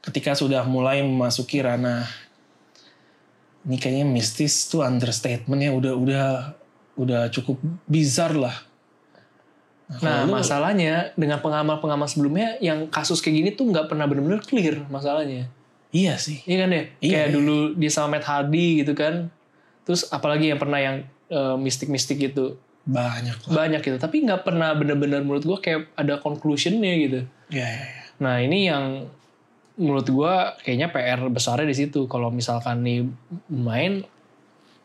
A: Ketika sudah mulai memasuki ranah ini kayaknya mistis tuh understatement ya udah udah udah cukup bizar lah.
B: Nah
A: Kalau lu-
B: masalahnya dengan pengamal-pengamal sebelumnya yang kasus kayak gini tuh nggak pernah bener-bener clear masalahnya.
A: Iya sih.
B: Iya kan ya?
A: Iya,
B: Kayak
A: iya.
B: dulu dia sama Matt Hardy gitu kan. Terus apalagi yang pernah yang eh, mistik-mistik gitu.
A: Banyak lah.
B: Banyak gitu. Tapi nggak pernah bener-bener menurut gue kayak ada conclusionnya gitu.
A: Iya, iya, iya.
B: Nah ini yang menurut gua kayaknya PR besarnya di situ. Kalau misalkan nih main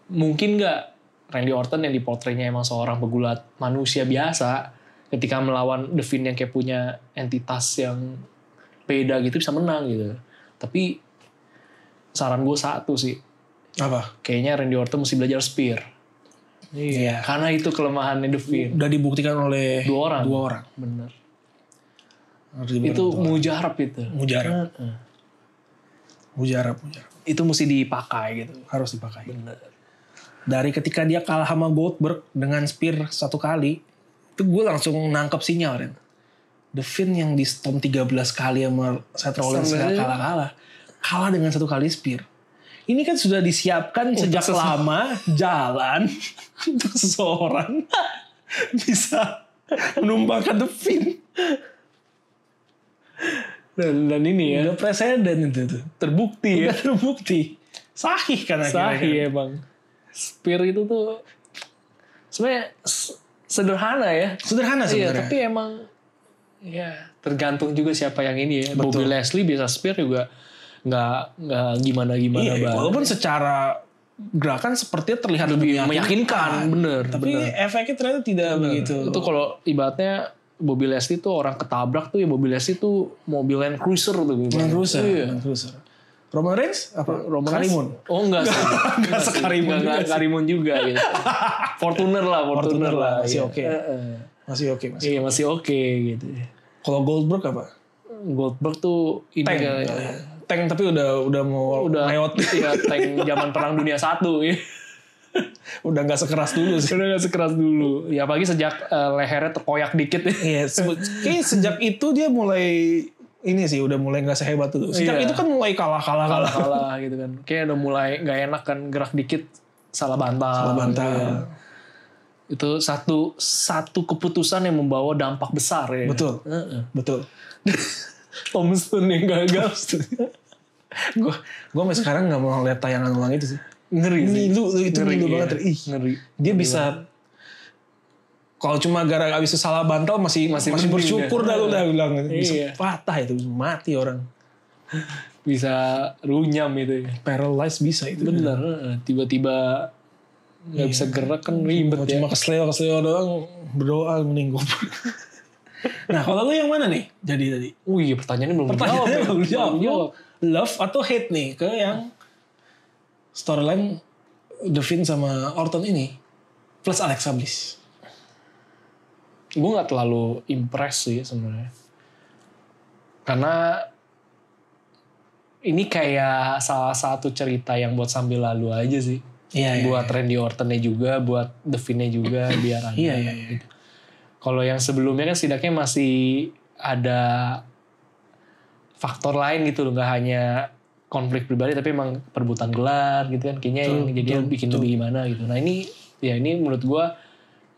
B: mungkin nggak Randy Orton yang dipotretnya emang seorang pegulat manusia biasa ketika melawan Devin yang kayak punya entitas yang beda gitu bisa menang gitu. Tapi saran gue satu sih,
A: Apa?
B: kayaknya Randy Orton mesti belajar spear.
A: Iya.
B: Karena itu kelemahannya Devin.
A: Udah dibuktikan oleh
B: Dua orang.
A: Dua orang.
B: Bener.
A: Harus diberikan
B: Itu
A: dua orang.
B: mujarab itu.
A: mujarab,
B: Heeh.
A: mujarab, mujarab.
B: Itu mesti dipakai gitu.
A: Harus dipakai.
B: Bener.
A: Dari ketika dia kalah sama Goldberg dengan spear satu kali, itu gue langsung nangkep sinyal, Ren. Devin yang di stomp 13 kali sama Seth Rollins nggak
B: Sebenarnya-
A: kalah-kalah. Kalah dengan satu kali spear. Ini kan sudah disiapkan
B: Oh,
A: sejak
B: sesu-
A: lama jalan untuk seseorang bisa menumbangkan Devin.
B: Dan, dan ini ya
A: Udah presiden itu tuh.
B: terbukti ya.
A: Udah terbukti. Sahih kan akhirnya. kan?
B: Sahih iya. emang. Spear ya, itu tuh sebenarnya s- sederhana ya.
A: Sederhana
B: Iya,
A: sebenarnya.
B: tapi emang ya tergantung juga siapa yang ini ya. Bobby
A: Betul.
B: Leslie bisa spear juga nggak nggak gimana gimana
A: Iya, walaupun secara gerakan sepertinya terlihat lebih,
B: meyakinkan, bener.
A: Tapi
B: bener.
A: efeknya ternyata tidak begitu.
B: Itu kalau ibaratnya Bobby Leslie tuh orang ketabrak tuh ya Bobby Leslie tuh mobil Land Cruiser tuh.
A: Land
B: ibaratnya.
A: Cruiser.
B: Iya.
A: Land Cruiser. Roman Reigns apa?
B: Romanes?
A: Karimun.
B: Oh enggak sih.
A: Enggak sekarimun
B: Enggak,
A: juga
B: enggak Karimun juga gitu. Fortuner lah, Fortuner,
A: Fortuner
B: lah.
A: lah, masih
B: iya.
A: oke.
B: Heeh.
A: Masih oke masih.
B: Iya masih oke gitu.
A: Kalau Goldberg apa?
B: Goldberg tuh ini
A: Tank.
B: kayak-
A: Tank tapi udah Iya, udah mau
B: udah
A: meot.
B: Iya, tank zaman perang dunia satu. ya.
A: udah nggak sekeras dulu sih.
B: Udah gak sekeras dulu. Ya apalagi sejak eh, lehernya terkoyak
A: *laughs*
B: dikit.
A: *laughs* Iya, sebe- kayaknya sejak itu dia mulai ini sih udah mulai nggak sehebat itu. Sejak
B: Iya.
A: itu kan mulai kalah-kalah kalah.
B: Kalah gitu kan. Kayaknya udah mulai nggak enak kan gerak dikit salah bantal.
A: Salah bantal.
B: Iya. Itu satu satu keputusan yang membawa dampak besar ya.
A: Betul.
B: Heeh.
A: Betul.
B: Tom Stone yang gagal.
A: *laughs* Gue gue sampai sekarang nggak mau lihat tayangan ulang itu sih.
B: ngeri sih.
A: Ngilu, itu ngilu banget. Ih,
B: Ngeri.
A: dia bisa kalau cuma gara abis itu salah bantal masih masih,
B: Masih mending
A: bersyukur
B: dia.
A: dah lu dah bilang bisa
B: Iya.
A: patah itu bisa mati orang
B: Bisa runyam itu. ya.
A: paralyzed bisa itu
B: Bener. heeh. Tiba-tiba nggak
A: Iya.
B: bisa gerak kan ribet
A: Kalau
B: ya.
A: cuma kesleo kesleo doang berdoa mending goblok. *laughs* nah kalau lu yang mana nih jadi tadi
B: Oh iya pertanyaannya belum dijawab.
A: pertanyaannya
B: ya.
A: belum dijawab
B: Belum
A: Lu love atau hate nih ke yang storyline Devin sama Orton ini plus Alexa Bliss
B: gue nggak terlalu impress sih sebenarnya karena ini kayak salah satu cerita yang buat sambil lalu aja sih
A: iya iya
B: buat Randy Ortonnya juga buat Devinnya
A: *clears throat*
B: juga biar ada
A: iya iya iya.
B: kalau yang sebelumnya kan setidaknya masih ada faktor lain gitu loh nggak hanya konflik pribadi tapi emang perebutan gelar gitu kan kayaknya
A: Betul,
B: yang jadi
A: betul,
B: bikin
A: betul.
B: lebih gimana gitu nah ini ya ini menurut gua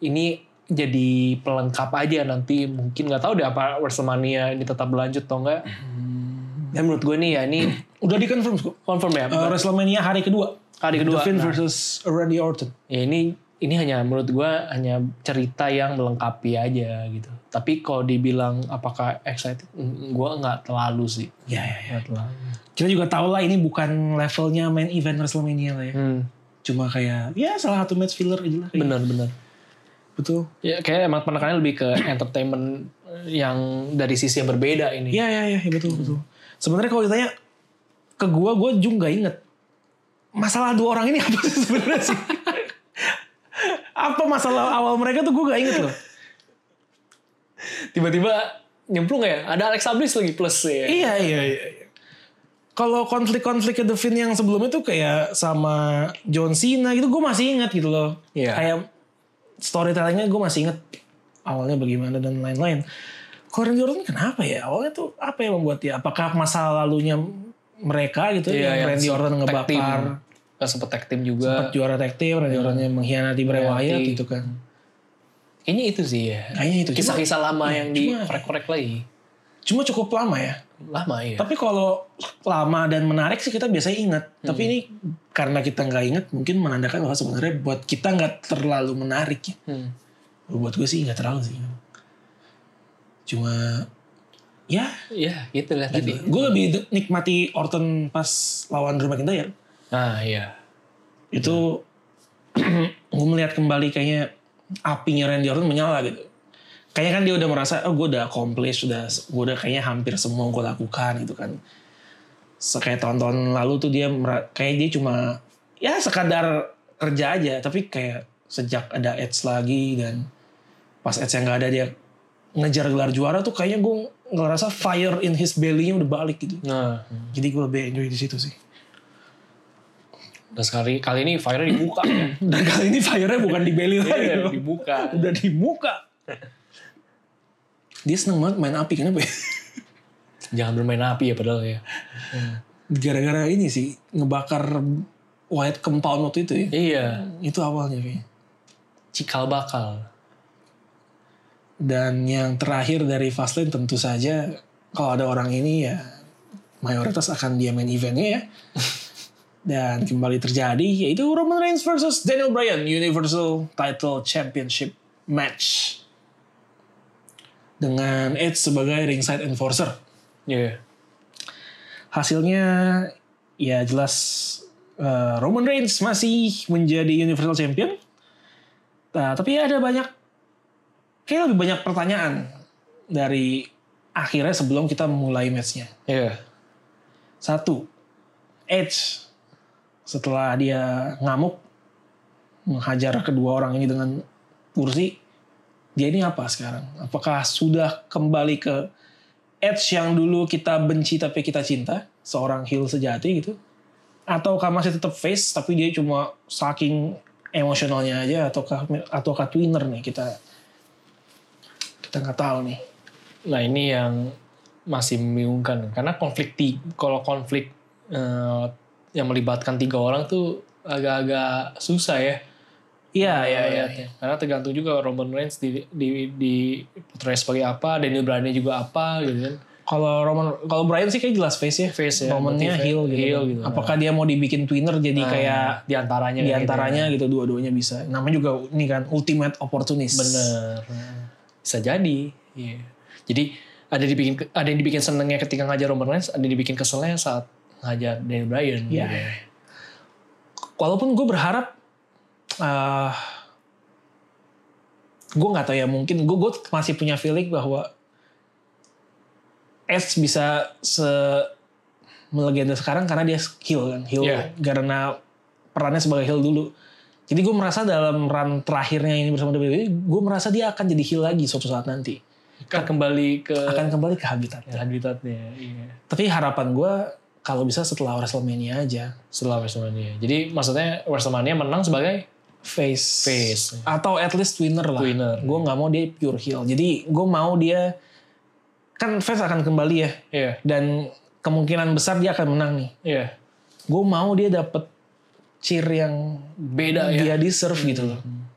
B: ini jadi pelengkap aja nanti mungkin nggak tahu deh apa Wrestlemania ini tetap berlanjut atau enggak
A: Hmm.
B: dan menurut gue nih ya ini *clears throat*
A: udah dikonfirm kok
B: confirm ya
A: Eh, WrestleMania hari kedua
B: hari kedua
A: Devin
B: Nah,
A: versus Randy Orton
B: ya ini ini hanya menurut gua hanya cerita yang melengkapi aja gitu tapi kalau dibilang apakah excited mm, gua nggak terlalu sih
A: Ya, ya, ya.
B: nggak terlalu
A: Kita juga tahu lah ini bukan levelnya main event WrestleMania lah ya.
B: hmm,
A: Cuma kayak ya salah satu match filler aja lah. kayak
B: bener bener
A: Betul.
B: ya kayak emang penekanannya lebih ke entertainment yang dari sisi yang berbeda ini
A: Iya, iya, iya, ya, betul, betul. Sebenarnya kalau ditanya ke gua, gua juga nggak inget. Masalah dua orang ini *laughs* apa sih sebenarnya sih? apa masalah awal mereka tuh gua gak inget loh.
B: tiba-tiba nyemplung ya ada Alexa Bliss lagi plus ya
A: iya, iya, iya. iya. Kalau konflik-konflik The Finn yang sebelumnya tuh kayak sama John Cena gitu, gue masih ingat gitu loh.
B: Iya.
A: Kayak storytellingnya gue masih ingat awalnya bagaimana dan lain-lain. Kalau Randy Orton kenapa ya? Awalnya tuh apa yang membuat dia? Apakah masa lalunya mereka gitu yang
B: Iya, yang
A: Randy Orton
B: tag
A: ngebakar
B: team. nggak sempet tag team juga
A: sempat juara tag team, Randy Orton yang mengkhianati Bray
B: Iya,
A: Wyatt
B: Wyatt.
A: gitu kan.
B: kayaknya itu sih ya
A: Kayaknya itu. Cuma,
B: kisah-kisah lama yang di
A: Iya. cuma-
B: korek lagi
A: cuma cukup lama ya.
B: lama ya
A: Tapi kalau lama dan menarik sih kita biasanya ingat. Tapi
B: Hmm.
A: ini karena kita nggak ingat mungkin menandakan bahwa sebenarnya buat kita nggak terlalu menarik ya.
B: Hmm.
A: Buat gue sih nggak terlalu sih. Cuma ya
B: ya gitu lah tadi
A: gitu. Gue lebih de- nikmati
B: iya.
A: Orton pas lawan Drew McIntyre.
B: ah iya
A: Itu gue melihat kembali kayaknya apinya Randy Orton menyala gitu. Kayaknya kan dia udah merasa, oh gue udah accomplish, udah, gue udah kayaknya hampir semua gue lakukan gitu kan. Sekaya tahun-tahun lalu tuh dia mera- kayak dia cuma ya sekadar kerja aja, tapi kayak sejak ada ads lagi dan pas ads yang nggak ada dia ngejar gelar juara tuh kayaknya gue ngerasa fire in his belly-nya udah balik gitu.
B: Nah,
A: Jadi gue lebih enjoy di situ sih.
B: dan sekali kali ini fire dibuka
A: *clears throat*
B: ya.
A: Dan Nah, kali ini fire-nya bukan di belly lagi.
B: Iya,
A: loh.
B: dibuka.
A: udah di muka. Dia seneng banget main api kenapa ya?
B: Jangan bermain api ya padahal ya.
A: Gara-gara ini sih ngebakar white compound waktu itu ya.
B: Iya,
A: Itu awalnya kayaknya.
B: cikal bakal.
A: Dan yang terakhir dari Fastlane tentu saja kalau ada orang ini ya mayoritas akan dia main eventnya ya. Dan kembali terjadi yaitu Roman Reigns versus Daniel Bryan Universal Title Championship match dengan Edge sebagai ringside enforcer.
B: Iya.
A: hasilnya ya jelas eh, Roman Reigns masih menjadi Universal Champion. Nah, tapi ada banyak kayak lebih banyak pertanyaan dari akhirnya sebelum kita mulai matchnya.
B: Iya.
A: Satu, Edge setelah dia ngamuk menghajar kedua orang ini dengan kursi, dia ini apa sekarang? Apakah sudah kembali ke Edge yang dulu kita benci tapi kita cinta, seorang heel sejati gitu? Ataukah masih tetap face tapi dia cuma saking emosionalnya aja ataukah ataukah twinner nih kita kita nggak tahu nih.
B: Nah ini yang masih membingungkan karena konflik ti- kalau konflik eh, yang melibatkan tiga orang tuh agak-agak susah ya.
A: Iya, iya,
B: Iya,
A: iya.
B: Karena tergantung juga Roman Reigns di di di portray sebagai apa, Daniel Bryan juga apa gitu kan.
A: Kalau Roman kalau Brian sih kayak jelas face ya.
B: Face ya.
A: momennya
B: berarti
A: heel gitu.
B: heel
A: kan.
B: gitu.
A: Apakah dia mau dibikin twinner jadi
B: Nah,
A: kayak
B: di antaranya
A: di
B: kayak gitu.
A: antaranya gitu, dua-duanya bisa. Namanya juga ini kan ultimate opportunist.
B: Bener. Bisa jadi. Iya. Jadi ada dibikin ada yang dibikin senengnya ketika ngajar Roman Reigns, ada yang dibikin keselnya saat ngajar Daniel Bryan.
A: Iya.
B: gitu.
A: Walaupun gue berharap eh gue nggak tahu ya mungkin gue gue masih punya feeling bahwa Edge bisa se melegenda sekarang karena dia heel kan heel
B: Iya.
A: karena perannya sebagai heel dulu jadi gue merasa dalam run terakhirnya ini bersama WWE gue merasa dia akan jadi heel lagi suatu saat nanti Kan
B: Akan Kan kembali ke
A: akan kembali ke habitatnya
B: habitatnya. Iya.
A: tapi harapan gue kalau bisa setelah WrestleMania aja
B: Setelah WrestleMania. Jadi maksudnya WrestleMania menang sebagai
A: face
B: Face.
A: atau at least winner lah
B: Winner.
A: gue nggak mau dia pure heel jadi gue mau dia kan face akan kembali ya
B: Iya.
A: dan kemungkinan besar dia akan menang nih
B: Iya.
A: gue mau dia dapet cheer yang
B: Beda
A: dia
B: ya.
A: deserve gitu loh
B: Hmm.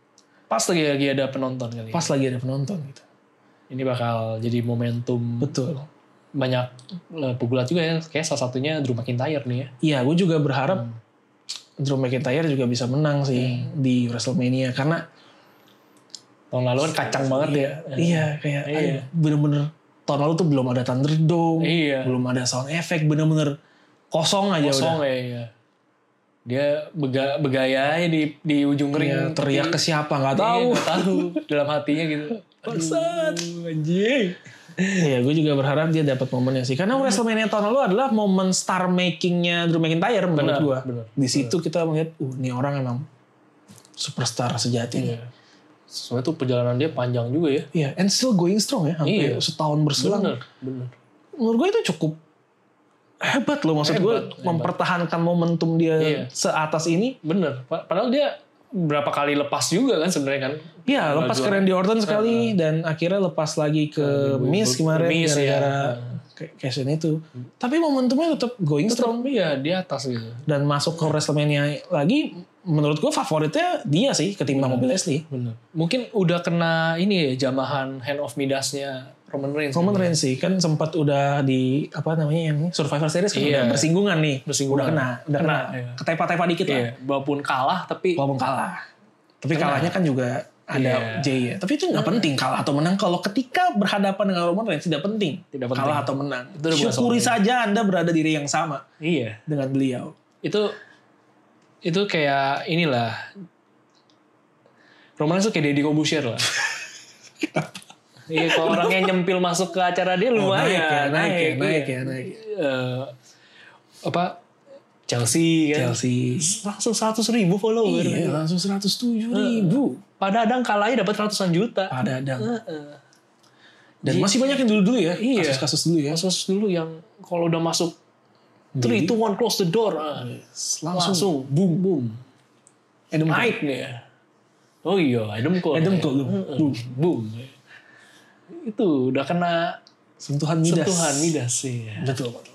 B: Pas lagi lagi ada penonton kali. ya.
A: pas lagi ada penonton gitu
B: Hmm. Ini bakal jadi momentum
A: betul
B: banyak eh, pegulat juga ya. Kayak salah satunya Drew McIntyre nih ya.
A: Iya, gue juga berharap
B: Hmm.
A: Drew McIntyre juga bisa menang sih di WrestleMania karena
B: Tahun lalu kan kacang banget ya.
A: Iya, kayak
B: Iya.
A: aduh, bener-bener tahun lalu tuh belum ada Thunderdome,
B: Iya.
A: belum ada sound effect, bener-bener kosong aja
B: kosong
A: udah.
B: ya iya. dia bega, begaya aja di di ujung ring
A: Iya, teriak ke siapa nggak tahu.
B: tahu tahu dalam hatinya gitu
A: Bangsat.
B: Aduh, anjing
A: Iya, gue juga berharap dia dapat momennya sih. Karena WrestleMania tahun lalu adalah momen star makingnya Drew McIntyre menurut
B: Benar,
A: gue.
B: benar.
A: Di situ kita melihat, uh, ini orang emang superstar sejati. nih.
B: soalnya tuh perjalanan dia panjang juga ya
A: Iya, and still going strong ya, hampir
B: Iya.
A: setahun berselang.
B: bener bener
A: menurut gue itu cukup hebat loh maksud gue
B: Hebat, hebat.
A: mempertahankan momentum dia
B: Iya.
A: seatas ini
B: bener Pa- padahal dia berapa kali lepas juga kan sebenarnya kan
A: ya lepas ke Randy Orton
B: Ah,
A: sekali dan akhirnya lepas lagi ke Miss kemarin
B: Miz, iya.
A: gara-gara ke- cash in itu tapi momentumnya tetap going strong
B: Trump ya di atas gitu
A: dan masuk ke WrestleMania lagi menurut gue favoritnya dia sih ketimbang
B: Hmm.
A: Mobil Leslie
B: bener mungkin udah kena ini ya jamahan hand of midasnya Roman Reigns
A: Roman Reigns sih kan sempat udah di apa namanya yang Survivor Series kan
B: Iya.
A: udah bersinggungan nih udah
B: Bersinggungan.
A: kena udah kena,
B: Kena, iya.
A: ketepa-tepa dikit lah
B: Iya, walaupun kalah tapi
A: walaupun kalah. Tapi kalahnya kan juga ada
B: Iya.
A: Jay ya. Tapi itu nggak penting kalah atau menang. Kalau ketika berhadapan dengan Roman Reigns tidak penting.
B: Tidak penting.
A: Kalah atau menang.
B: Itu udah bukan
A: Syukuri saja Anda berada di ring yang sama
B: iya
A: dengan beliau.
B: itu itu kayak inilah Romanes tuh kayak Deddy Kobusier
A: *laughs*
B: lah. Iya, kalau orangnya nyempil masuk ke acara dia lumayan.
A: naik ya, naik ya, naik
B: iya.
A: ya, naik.
B: Eh, apa Chelsea kan
A: Chelsea.
B: langsung 100 ribu follower
A: Iya, langsung 107 ribu.
B: pada Adang kalahnya dapat ratusan juta
A: Pada Adang.
B: Heeh.
A: Dan masih banyak yang dulu-dulu ya.
B: Iya.
A: Kasus-kasus dulu ya.
B: kasus dulu yang kalau udah masuk three two one close the door ah,
A: Langsung.
B: langsung
A: Boom, boom. Adam Cole.
B: naik nih oh iya Adam Cole
A: Adam Cole. Boom. boom.
B: boom itu udah kena
A: Sentuhan Midas.
B: sentuhan Midas iya. sih
A: Betul, betul.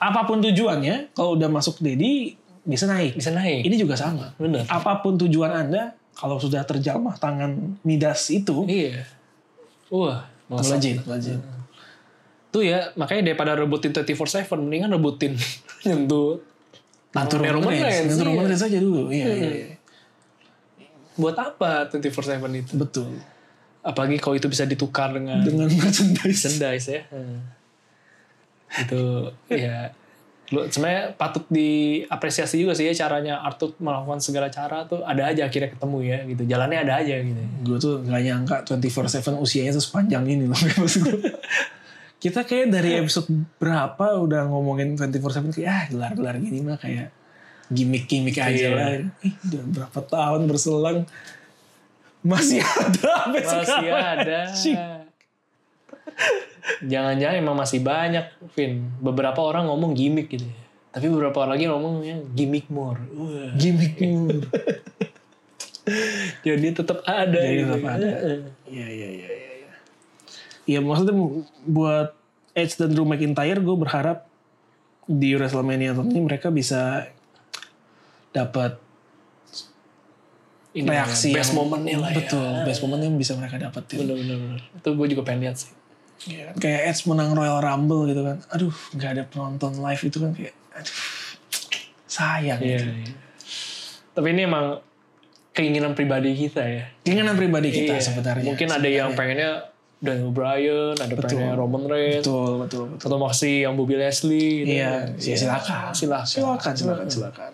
A: Apapun tujuannya, kalau udah masuk Dedi, bisa naik.
B: bisa naik
A: Ini juga sama.
B: Bener.
A: Apapun tujuan Anda, kalau sudah terjamah tangan Midas itu,
B: iya wah melesat.
A: melejit, melejit.
B: tuh ya makanya daripada rebutin 24/7 mendingan rebutin *laughs* nyentuh
A: Nanti
B: Roman
A: Roman
B: Reigns,
A: Reigns. Nanti
B: iya.
A: Roman Reigns aja dulu. Iya, iya, iya.
B: buat apa 24/7 itu
A: Betul.
B: apalagi kalau itu bisa ditukar dengan
A: Dengan merchandise.
B: merchandise ya Hmm. itu ya lu sebenarnya patut diapresiasi juga sih ya caranya Arthur melakukan segala cara tuh ada aja akhirnya ketemu ya gitu jalannya ada aja gitu
A: gue tuh gak nyangka 24-7 usianya tuh sepanjang ini loh. *laughs* Maksud gue, Kita kayak dari episode berapa udah ngomongin 24-7 kayak ah gelar-gelar gini mah kayak gimmick-gimmick aja
B: Iya.
A: lah. Eh, udah berapa tahun berselang masih ada sampai
B: masih
A: sekarang.
B: ada jangan-jangan emang masih banyak Vin beberapa orang ngomong gimmick gitu ya tapi beberapa orang lagi ngomongnya gimmick more Wah.
A: Gimmick.
B: jadi tetap ada
A: Jadi
B: gitu.
A: tetap ada.
B: Heeh.
A: Iya, iya, iya. Iya, ya. ya, maksudnya buat Edge dan Drew McIntyre gue berharap di WrestleMania tahun ini mereka bisa dapat
B: Ini ya,
A: reaksi
B: best
A: yang-
B: momennya lah ya.
A: betul best moment yang bisa mereka dapetin
B: bener bener bener itu gue juga pengen lihat sih
A: Iya kan? kayak Edge menang Royal Rumble gitu kan aduh nggak ada penonton live itu kan kayak aduh sayang gitu.
B: Iya, iya. tapi ini emang keinginan pribadi kita ya
A: keinginan pribadi kita
B: Iya.
A: sebenarnya
B: mungkin ada yang pengennya Daniel Bryan ada
A: Betul.
B: pengennya Roman Reigns
A: betul betul betul
B: atau masih yang Bobby Leslie gitu.
A: iya ya, silakan
B: silakan
A: silakan silakan silakan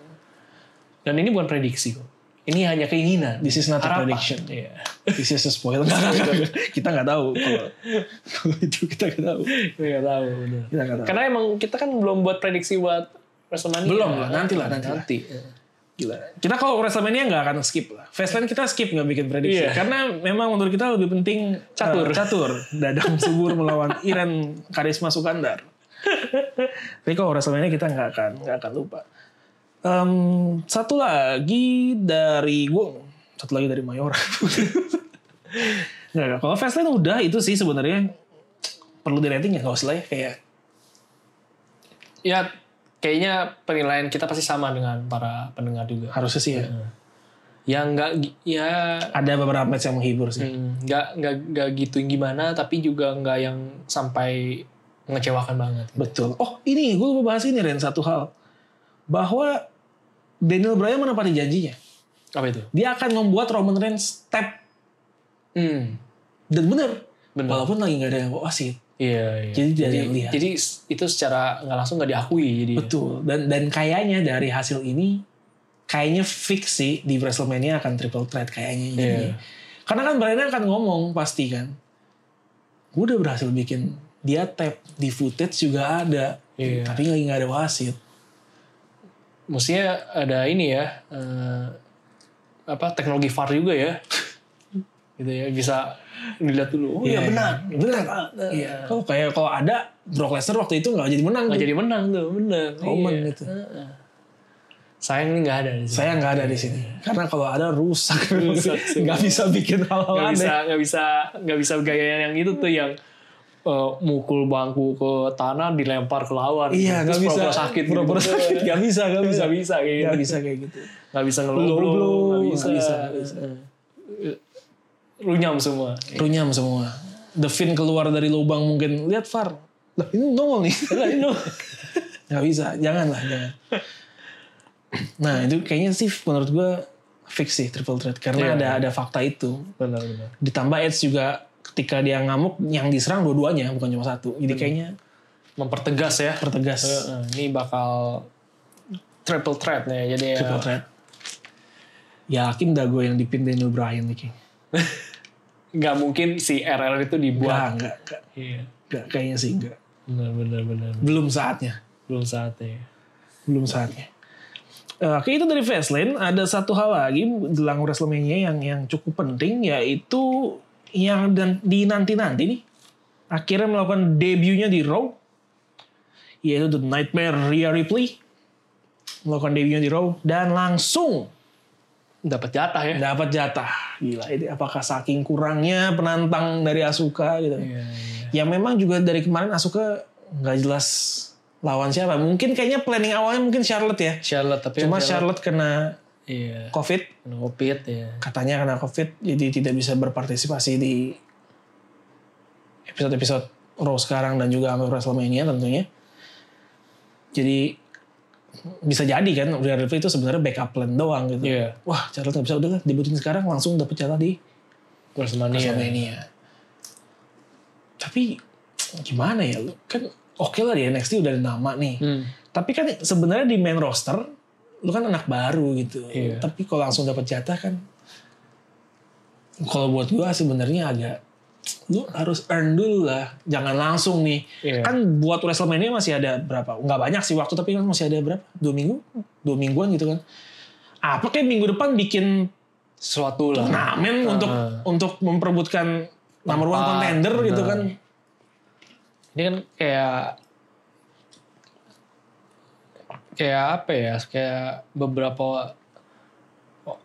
B: dan ini bukan prediksi kok ini hanya keinginan
A: this is not a
B: Harapan.
A: prediction
B: Iya. *laughs*
A: this is a spoiler Nggak, nggak, nggak. kita nggak tahu kalau kalau itu kita nggak tahu
B: Gue nggak Iya, tahu bener.
A: kita nggak tahu
B: karena emang kita kan belum buat prediksi buat WrestleMania
A: Belum lah, nanti lah, nanti lah.
B: nanti Iya.
A: Gila. Kita kalau WrestleMania nggak akan skip lah. Fastlane kita skip nggak bikin prediksi.
B: Iya.
A: Karena memang menurut kita lebih penting
B: Catur.
A: eh, catur. Dadang Subur melawan Iren Karisma Sukandar. Tapi kalau WrestleMania kita nggak akan nggak akan lupa. Em, satu lagi dari gue, satu lagi dari Mayora. *laughs* nggak, nggak. kalau Fastlane udah itu sih sebenarnya perlu di rating ya nggak usah lah ya kayak
B: ya kayaknya penilaian kita pasti sama dengan para pendengar juga
A: harusnya sih ya.
B: yang nggak gi- ya
A: Ada beberapa match yang menghibur sih.
B: hmm, nggak nggak nggak gitu gimana tapi juga nggak yang sampai mengecewakan banget
A: Betul. Oh ini gue lupa bahas ini Ren satu hal bahwa Daniel Bryan menepati janjinya.
B: apa itu
A: Dia akan membuat Roman Reigns step
B: hmm
A: dan bener.
B: Bener.
A: Walaupun lagi nggak ada yang wasit.
B: iya, iya.
A: Jadi dari yang lihat.
B: jadi s- itu secara nggak langsung nggak diakui jadi ya.
A: Betul. Dan dan kayaknya dari hasil ini kayaknya fix sih di WrestleMania akan triple threat kayaknya ini.
B: Iya.
A: Karena kan Bryan akan ngomong pasti kan. Gue udah berhasil bikin dia tap di footage juga ada.
B: Iya.
A: Tapi lagi nggak ada wasit.
B: mestinya ada ini ya eh, apa teknologi VAR juga *laughs* ya gitu ya bisa dilihat dulu oh
A: Iya,
B: ya benar Eh.
A: benar. Iya. Kalau kayak kalau ada Brock Lesnar waktu itu nggak jadi menang.
B: nggak
A: tuh.
B: jadi menang iya. Hmm. tuh benar
A: Roman gitu.
B: Heeh. sayang ini nggak ada di sini
A: Saya nggak ada di sini karena kalau ada rusak,
B: Rusak semua.
A: *laughs* nggak bisa bikin hal-hal
B: nggak
A: aneh.
B: bisa nggak bisa nggak bisa gaya yang itu tuh yang eh, mukul bangku ke tanah dilempar ke lawan
A: Iya nggak
B: Terus
A: bisa.
B: pura-pura sakit gitu.
A: Pura-pura sakit nggak bisa nggak
B: nggak
A: bisa
B: bisa bisa kayak
A: nggak
B: gitu.
A: bisa kayak gitu.
B: nggak bisa ngeloblok
A: Ngeloblok,
B: nggak
A: nggak
B: bisa,
A: bisa, nggak bisa.
B: runyam semua
A: Runyam semua. The Fin keluar dari lubang mungkin lihat Far. Lah ini nongol nih.
B: Lah, ini dong.
A: *laughs* nggak bisa jangan lah jangan. Nah itu kayaknya sih menurut gue fix sih triple threat karena
B: Iya.
A: ada ada fakta itu
B: benar benar
A: ditambah Edge juga ketika dia ngamuk yang diserang dua-duanya bukan cuma satu jadi
B: Hmm.
A: kayaknya
B: mempertegas ya
A: pertegas
B: Heeh, ini bakal triple threat nih jadi ya
A: triple threat Yakin dah gue yang dipin Daniel Bryan nih kayaknya.
B: Nggak mungkin si RR itu
A: Enggak,
B: dibuat.
A: enggak, enggak,
B: Iya.
A: enggak, kayaknya sih enggak.
B: Benar, benar, benar.
A: Belum saatnya,
B: Belum saatnya.
A: belum saatnya. Eh, Oke itu dari Fastlane. Ada satu hal lagi jelang Wrestlemania yang yang cukup penting yaitu yang dan dinanti-nanti nih akhirnya melakukan debutnya di Raw yaitu The Nightmare Rhea Ripley melakukan debutnya di Raw dan langsung
B: Dapat jatah ya.
A: dapat jatah. Gila, ini apakah saking kurangnya penantang dari Asuka gitu.
B: Iya,
A: Ya memang juga dari kemarin Asuka nggak jelas lawan siapa. Mungkin kayaknya planning awalnya mungkin Charlotte ya.
B: Charlotte tapi
A: Cuma Charlotte kena
B: Iya.
A: COVID,
B: Ngopit ya.
A: katanya kena COVID, jadi tidak bisa berpartisipasi di episode-episode Raw sekarang dan juga sampai WrestleMania tentunya. Jadi bisa jadi kan Rhea Ripley itu sebenarnya backup plan doang gitu.
B: Iya.
A: Wah, Charlotte nggak bisa udah lah, dibutuhin sekarang langsung dapet jatah di
B: WrestleMania.
A: WrestleMania. Tapi gimana ya lu? Kan oke lah di NXT udah ada nama nih.
B: Hmm.
A: Tapi kan sebenarnya di main roster lu kan anak baru gitu.
B: Iya.
A: Tapi kalau langsung dapat jatah kan kalau buat gua sebenarnya agak lu harus earn dulu lah. Jangan langsung nih.
B: Iya.
A: Kan buat WrestleMania masih ada berapa? Nggak banyak sih waktu tapi kan masih ada berapa? Dua minggu? Dua mingguan gitu kan. Apa kayak minggu depan bikin
B: Suatu lah.
A: turnamen untuk untuk memperebutkan nomor one
B: Ah. Tempat,
A: contender gitu
B: benar.
A: kan.
B: Ini kan kayak kayak apa ya? Kayak beberapa oh,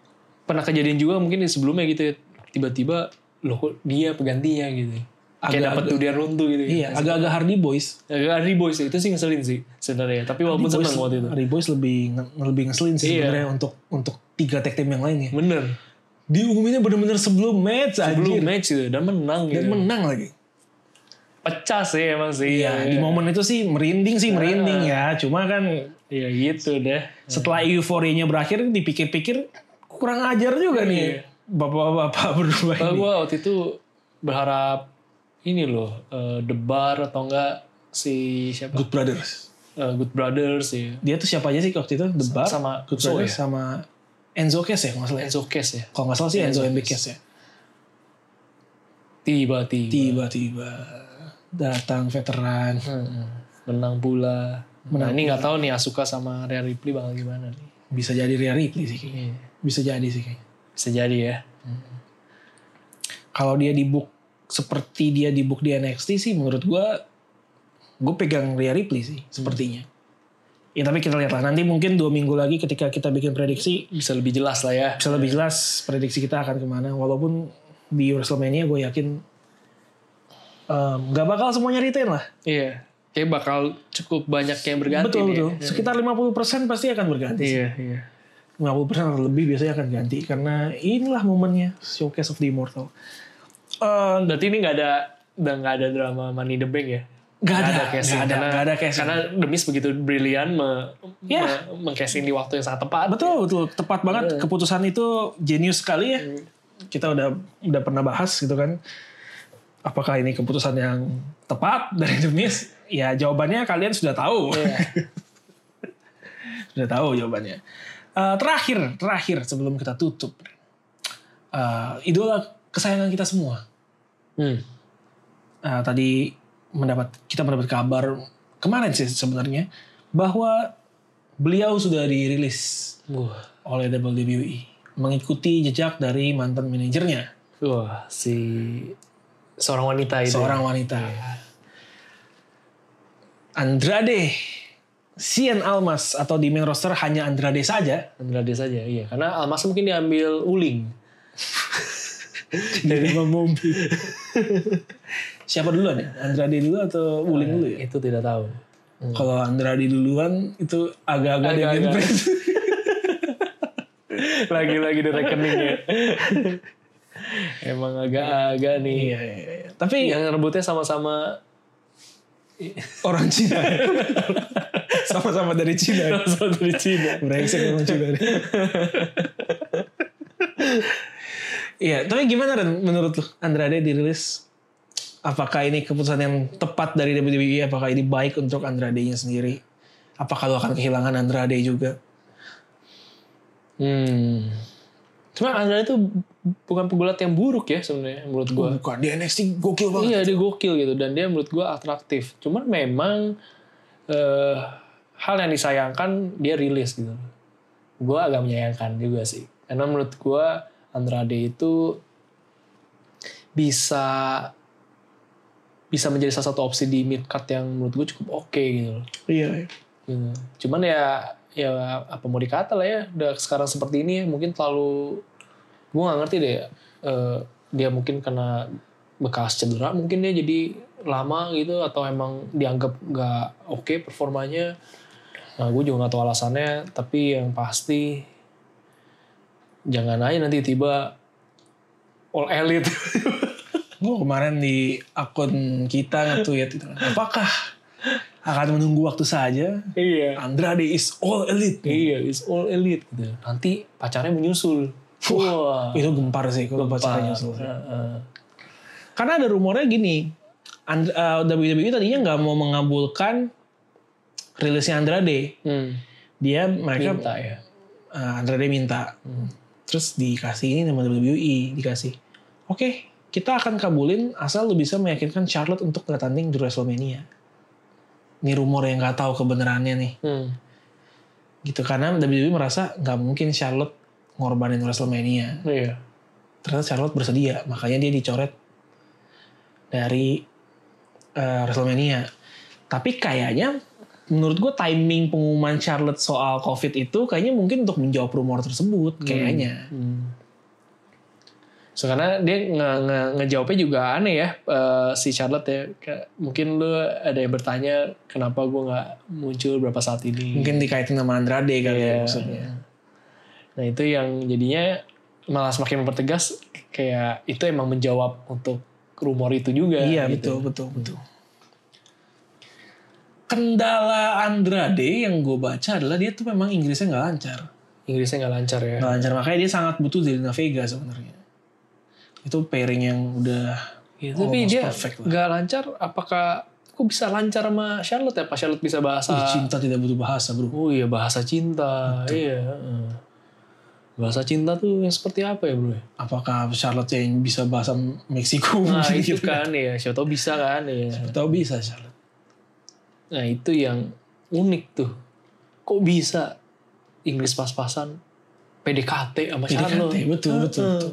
B: pernah kejadian juga mungkin di sebelumnya gitu ya. Tiba-tiba loh kok dia pegantinya gitu. Nah. kayak
A: Agak-
B: dapat tudian runtuh gitu.
A: Iya, agak-agak Hardy Boys.
B: Agak Hardy Boys ya, itu sih ngeselin sih sebenarnya. Tapi walaupun
A: Hardy
B: seneng
A: Boys-
B: waktu itu.
A: Hardy Boys lebih nge- lebih ngeselin sih
B: Iya.
A: sebenarnya untuk untuk tiga tag team yang lainnya.
B: Bener.
A: Diumuminnya bener-bener sebelum match
B: Belum
A: anjir.
B: match gitu dan menang
A: dan
B: gitu.
A: menang lagi.
B: Pecah sih emang sih.
A: Iya, di momen itu sih merinding sih merinding ya. Cuma kan
B: Iya gitu deh.
A: setelah euforianya berakhir dipikir-pikir kurang ajar juga
B: Iya.
A: nih bapak-bapak *laughs* berdua
B: Kalau
A: ini.
B: gue waktu itu berharap ini loh eh, The Bar atau enggak si siapa Good,
A: Good Brothers.
B: Good Brothers ya
A: Dia tuh siapa aja sih waktu itu? The Bar,
B: sama
A: Good
B: Enzo ya?
A: Brothers, sama Enzo Case ya kalau nggak salah.
B: Enzo Case ya.
A: Kalau nggak salah sih Enzo and Big Case ya.
B: Tiba-tiba
A: Tiba-tiba datang veteran.
B: Heeh. menang pula. nah ini nggak tahu nih Asuka sama Rhea Ripley bakal gimana nih.
A: Bisa jadi Rhea Ripley sih kayaknya.
B: Iya.
A: Bisa jadi sih kayaknya.
B: Bisa jadi ya.
A: Kalau dia di book seperti dia di book di NXT sih menurut gua gue pegang Rhea Ripley sih sepertinya. Ya tapi kita lihatlah nanti mungkin dua minggu lagi ketika kita bikin prediksi
B: Bisa lebih jelas lah ya.
A: bisa lebih jelas prediksi kita akan kemana. Walaupun di WrestleMania gue yakin em, nggak bakal semuanya retain lah.
B: Iya. Kayak bakal cukup banyak yang berganti
A: betul
B: nih.
A: betul. Sekitar 50% pasti akan berganti.
B: Iya, iya.
A: 50% atau lebih biasanya akan ganti karena inilah momennya showcase of the immortal. Eh,
B: Berarti ini nggak ada udah nggak ada drama Money in the Bank ya?
A: Nggak ada, nggak ada,
B: casing. karena,
A: nggak ada casing.
B: Karena Demis begitu brilian me,
A: Ya.
B: me- meng-casing di waktu yang sangat tepat.
A: betul betul tepat banget keputusan itu jenius sekali ya. Kita udah udah pernah bahas gitu kan. Apakah ini keputusan yang tepat dari Demis? Ya jawabannya kalian sudah tahu.
B: Iya.
A: *laughs* sudah tahu jawabannya. Eh, terakhir, terakhir sebelum kita tutup. Eh, idola kesayangan kita semua.
B: Hmm.
A: Nah, tadi mendapat kita mendapat kabar kemarin sih sebenarnya bahwa beliau sudah dirilis
B: Wah,
A: oleh WWE mengikuti jejak dari mantan manajernya
B: wah, si seorang wanita itu.
A: seorang wanita Andrade Cien Almas atau di main roster hanya Andrade saja
B: Andrade saja, iya. Karena Almas mungkin diambil uling.
A: dari Mombi. Siapa duluan ya? Andrade dulu atau Wuling dulu ya?
B: Itu tidak tahu.
A: Kalau Andrade duluan itu agak-agag
B: Agak-agak.
A: Damien Priest.
B: Lagi-lagi di rekening ya. *laughs* Emang agak-agak nih.
A: Iya, iya, iya. Tapi
B: Yang rebutnya sama-sama
A: *laughs* orang *laughs* Cina. Sama-sama dari Cina.
B: sama dari Cina.
A: Brengsek orang Cina. *laughs* Iya, tapi gimana Ren menurut lu? Andrade dirilis apakah ini keputusan yang tepat dari WWE? Apakah ini baik untuk Andrade-nya sendiri? Apakah lu akan kehilangan Andrade juga?
B: Hmm. Cuma Andrade itu bukan pegulat yang buruk ya sebenarnya menurut gue.
A: Oh, Bukan, di NXT gokil banget.
B: Iya dia gokil gitu dan dia menurut gue atraktif. Cuman memang eh, hal yang disayangkan dia rilis gitu. Gue agak menyayangkan juga sih. Karena menurut gue Andrade itu bisa bisa menjadi salah satu opsi di mid card yang menurut gue cukup oke gitu. loh.
A: Iya.
B: Gitu. Cuman ya ya apa mau dikata lah ya udah sekarang seperti ini mungkin terlalu gue nggak ngerti deh eh, dia mungkin kena bekas cedera mungkin dia jadi lama gitu atau emang dianggap nggak oke performanya nah, gue juga nggak tahu alasannya tapi yang pasti jangan aja nanti tiba all elite
A: Gue kemarin di akun kita nge-tweet gitu. Apakah akan menunggu waktu saja?
B: *laughs* iya
A: Andrade is all elite.
B: iya it's all elite gitu nanti pacarnya menyusul wah
A: Itu gempar sih kalau pacarnya nyusul.
B: Heeh.
A: Karena ada rumornya gini, And, eh, WWE tadinya nggak mau mengabulkan rilisnya Andrade.
B: Hmm.
A: Dia mereka
B: minta ya Hmm.
A: eh, Andrade minta. Terus dikasih ini sama WWE, dikasih. Oke, kita akan kabulin asal lu bisa meyakinkan Charlotte untuk nggak tanding di WrestleMania. Ini rumor yang nggak tahu kebenarannya nih.
B: hmm.
A: Gitu karena WWE merasa nggak mungkin Charlotte ngorbanin WrestleMania.
B: iya
A: ternyata Charlotte bersedia makanya dia dicoret dari eh, WrestleMania tapi kayaknya menurut gue timing pengumuman Charlotte soal COVID itu kayaknya mungkin untuk menjawab rumor tersebut kayaknya
B: Hmm. So, karena dia nge nge ngejawabnya juga aneh ya eh, si Charlotte ya. Kayak, mungkin lu ada yang bertanya kenapa gue nggak muncul berapa saat ini.
A: mungkin dikaitin sama Andrade kali ya
B: Iya.
A: maksudnya
B: Nah itu yang jadinya malah semakin mempertegas kayak itu emang menjawab untuk rumor itu juga.
A: iya betul
B: gitu.
A: betul betul kendala Andrade yang gue baca adalah dia tuh memang Inggrisnya nggak lancar
B: Inggrisnya nggak lancar ya.
A: nggak lancar makanya dia sangat butuh Zelina Vega sebenarnya itu pairing yang udah
B: Gitu. Tapi
A: almost
B: dia
A: perfect lah.
B: nggak lancar. Apakah kok bisa lancar sama Charlotte ya? Apa Charlotte bisa bahasa?
A: Ih, cinta tidak butuh bahasa bro
B: Oh iya bahasa cinta, iya. heeh. Bahasa cinta tuh yang seperti apa ya bro?
A: apakah Charlotte yang bisa bahasa Meksiko *laughs*
B: Nah
A: mungkin
B: itu
A: gitu
B: kan ya, siapa tahu bisa kan ya.
A: atau bisa Charlotte
B: Nah itu yang unik tuh. Kok bisa Inggris pas-pasan PDKT sama
A: PDKT,
B: Charlotte?
A: betul,
B: Heeh.
A: betul, betul,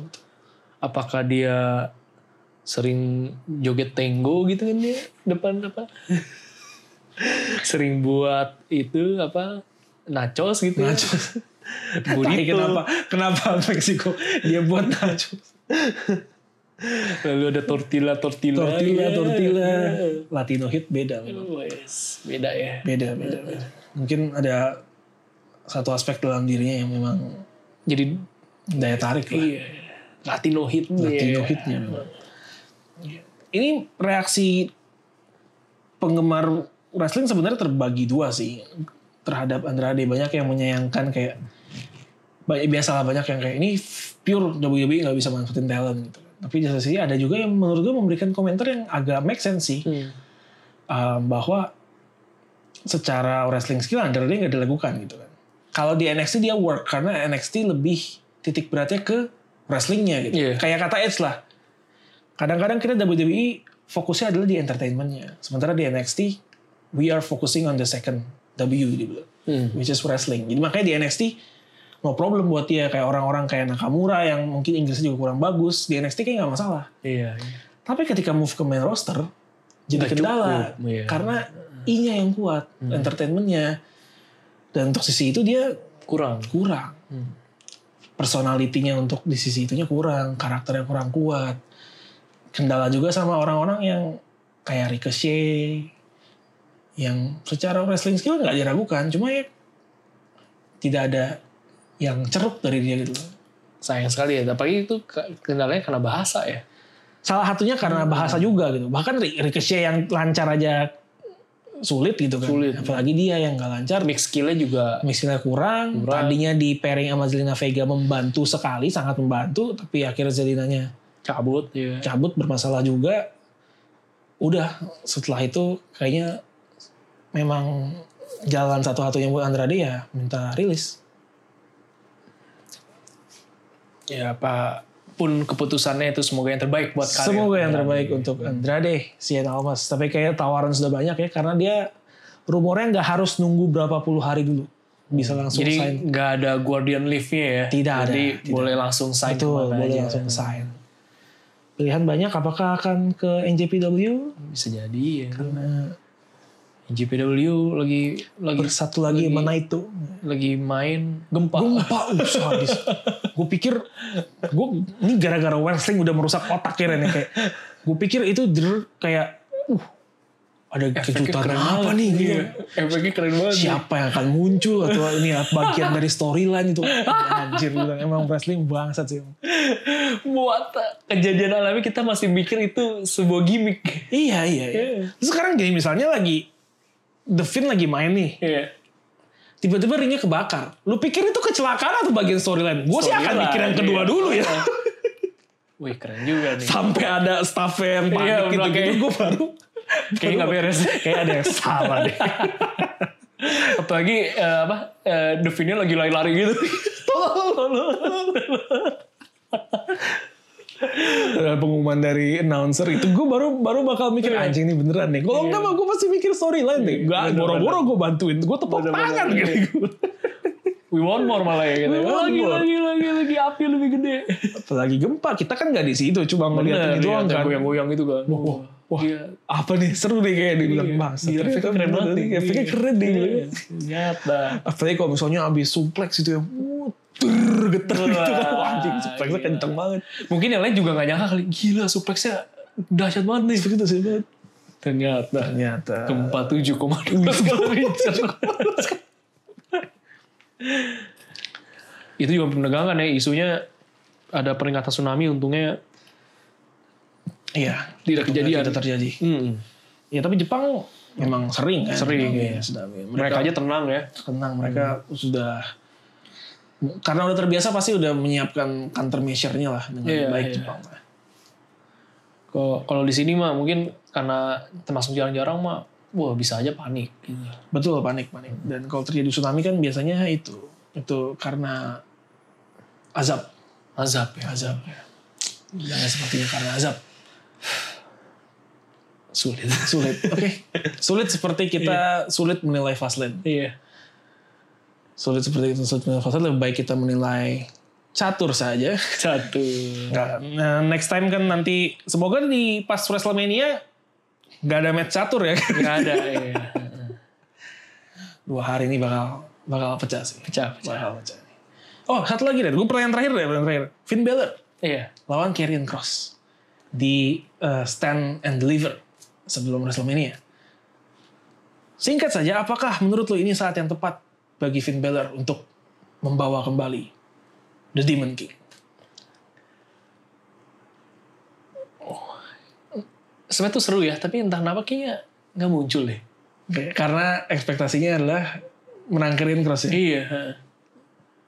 B: Apakah dia sering joget tango gitu kan dia depan apa?
A: *laughs*
B: sering buat itu apa nachos gitu ya?
A: Nachos. Tai,
B: burrito
A: kenapa kenapa Meksiko dia buat nacho
B: Lalu ada tortilla, tortilla.
A: tortilla
B: Iya.
A: tortilla Latino hit beda memang.
B: Wes, beda ya.
A: beda beda beda mungkin ada satu aspek dalam dirinya yang memang
B: Jadi
A: daya tarik lah
B: iya. Latino hit
A: Latino
B: iya.
A: hitnya memang. ini reaksi penggemar wrestling sebenarnya terbagi dua sih terhadap Andrade banyak yang menyayangkan kayak banyak biasalah banyak yang kayak ini pure WWE nggak bisa manfaatin talent gitu. Tapi di satu sisi ada juga yang menurut gue memberikan komentar yang agak make sense sih
B: Hmm.
A: Um, bahwa secara wrestling skill Andrade nggak dilakukan gitu kan. Kalau di NXT dia work karena NXT lebih titik beratnya ke wrestlingnya gitu.
B: Iya.
A: Kayak kata Edge lah. Kadang-kadang kita WWE fokusnya adalah di entertainmentnya. Sementara di NXT we are focusing on the second W dibilang
B: Hmm.
A: which is wrestling. Jadi makanya di NXT no problem buat dia kayak orang-orang kayak Nakamura yang mungkin Inggrisnya juga kurang bagus di NXT kayak nggak masalah.
B: Iya.
A: Tapi ketika move ke main roster jadi
B: Nggak
A: kendala
B: cukup, iya.
A: karena I-nya yang kuat,
B: Hmm.
A: entertainmentnya dan untuk sisi itu dia
B: Kurang.
A: kurang.
B: Hmm.
A: Personalitinya untuk di sisi itunya kurang, karakternya kurang kuat. Kendala juga sama orang-orang yang kayak Ricochet yang secara wrestling skill nggak diragukan, cuma ya tidak ada yang ceruk dari dia gitu.
B: Sayang sekali ya. Apalagi itu ke- kendalanya karena bahasa ya.
A: Salah satunya karena
B: Hmm.
A: bahasa juga gitu. Bahkan Ri- Ricochet yang lancar aja sulit gitu kan.
B: Sulit.
A: Apalagi dia yang nggak lancar,
B: Mix skillnya juga.
A: mixnya kurang,
B: Kurang.
A: tadinya di pairing sama Zelina Vega membantu sekali, sangat membantu, tapi akhirnya Zelinanya
B: Cabut ya.
A: cabut bermasalah juga. Udah setelah itu kayaknya memang jalan satu-satunya buat Andrade ya minta rilis.
B: ya apapun keputusannya itu semoga yang terbaik buat Iya. kalian. Ya.
A: Semoga yang terbaik untuk Andrade Cien Almas. Tapi kayaknya tawaran sudah banyak ya karena dia rumornya nggak harus nunggu berapa puluh hari dulu bisa langsung
B: Jadi
A: sign.
B: nggak ada Guardian Leave-nya ya.
A: Tidak ada,
B: Jadi
A: tidak.
B: boleh langsung sign
A: Itu
B: kemana
A: boleh
B: aja.
A: langsung sign. Pilihan banyak apakah akan ke NJPW?
B: Bisa jadi ya.
A: Nah,
B: JPW lagi lagi
A: Bersatu lagi mana itu?
B: lagi main gempa.
A: Gempa uh, sadis. gue pikir gue ini gara-gara wrestling udah merusak otak ya Ren, ya. kayak gue pikir itu jer kayak uh ada kejutan apa nih gitu.
B: Iya. Efeknya keren banget.
A: siapa yang akan muncul atau ini bagian dari storyline itu anjir lu bilang, emang wrestling bangsat sih
B: Buat kejadian alami kita masih mikir itu sebuah gimmick. *laughs*
A: iya iya, iya. Terus sekarang gini misalnya lagi The Finn lagi main nih
B: Iya.
A: tiba-tiba ringnya kebakar lu pikir itu kecelakaan atau bagian storyline gue sih akan
B: Storyline,
A: mikir yang kedua
B: iya.
A: dulu ya
B: Wih keren juga nih.
A: sampai ada staff yang panik gitu
B: Iya,
A: gitu
B: makanya.
A: gue baru
B: Kayaknya nggak
A: *laughs*
B: beres.
A: kayak ada yang salah deh
B: Apalagi eh, apa? eh, Devinnya lagi lari-lari gitu. *laughs*
A: Dan pengumuman dari announcer itu gue baru baru bakal mikir
B: Iya.
A: anjing ini beneran nih kalau enggak mah gue pasti mikir storyline deh gak
B: bener-bener.
A: boro-boro gue bantuin gue tepuk tangan gitu
B: We want more malah ya
A: We
B: gitu.
A: want
B: lagi,
A: more.
B: lagi lagi lagi api lebih gede.
A: apalagi gempa kita kan nggak di situ cuma ngeliatin
B: Bener,
A: gitu
B: iya,
A: doang kan
B: Goyang-goyang gitu kan.
A: wah, wah
B: Iya.
A: apa nih seru deh kayak dibilang bang
B: Gila, efeknya Iya. keren banget nih.
A: efeknya
B: Iya.
A: keren deh
B: Iya, Nyata.
A: apalagi kalau misalnya abis suplex gitu ya wuh, ter geter gitu kan Wah, anjing suplexnya
B: Gila.
A: kenceng banget
B: Mungkin yang lain juga gak nyangka kali. Gila suplexnya dahsyat banget nih.
A: itu Gitu sih banget
B: Ternyata.
A: ternyata
B: Gempa 7,2 Itu juga penegangan ya. Isunya ada peringatan tsunami untungnya
A: Iya,
B: Tidak kejadian.
A: Tidak terjadi.
B: hmm,
A: Ya tapi Jepang memang sering kan.
B: Sering,
A: Iya,
B: iya.
A: sudah. Mereka,
B: mereka aja tenang ya.
A: tenang, mereka sudah karena udah terbiasa pasti udah menyiapkan counter measure-nya lah dengan
B: Iya,
A: baik
B: iya.
A: Jepang. lah.
B: Kalau kalau di sini mah mungkin karena termasuk jarang-jarang mah wah bisa aja panik.
A: Betul panik panik. Dan kalau terjadi tsunami kan biasanya itu itu karena azab
B: Azab ya.
A: azab. Jangan sepertinya karena azab.
B: Sulit.
A: Sulit. Iya. Oke. Sulit seperti kita sulit menilai Fastlane.
B: iya.
A: Sulit seperti kita sulit menilai Fastlane lebih baik kita menilai catur saja.
B: Satu.
A: Nggak. Nah, next time kan nanti semoga di pas Wrestlemania nggak ada match catur ya.
B: Gak ada. Iya.
A: *laughs* Dua hari ini bakal bakal pecah sih.
B: Pecah, pecah.
A: Bakal pecah. nih. Oh satu lagi deh, gue pertanyaan terakhir deh, pertanyaan terakhir. Finn Balor
B: Iya.
A: lawan Karrion Cross di eh, Stand and Deliver sebelum Wrestlemania. Singkat saja, apakah menurut lo ini saat yang tepat bagi Finn Balor untuk membawa kembali The Demon King?
B: Oh, Sebenarnya tuh seru ya, tapi entah kenapa kayaknya nggak muncul deh.
A: Oke, Karena ekspektasinya adalah menang Karrion Cross ya?
B: Iya.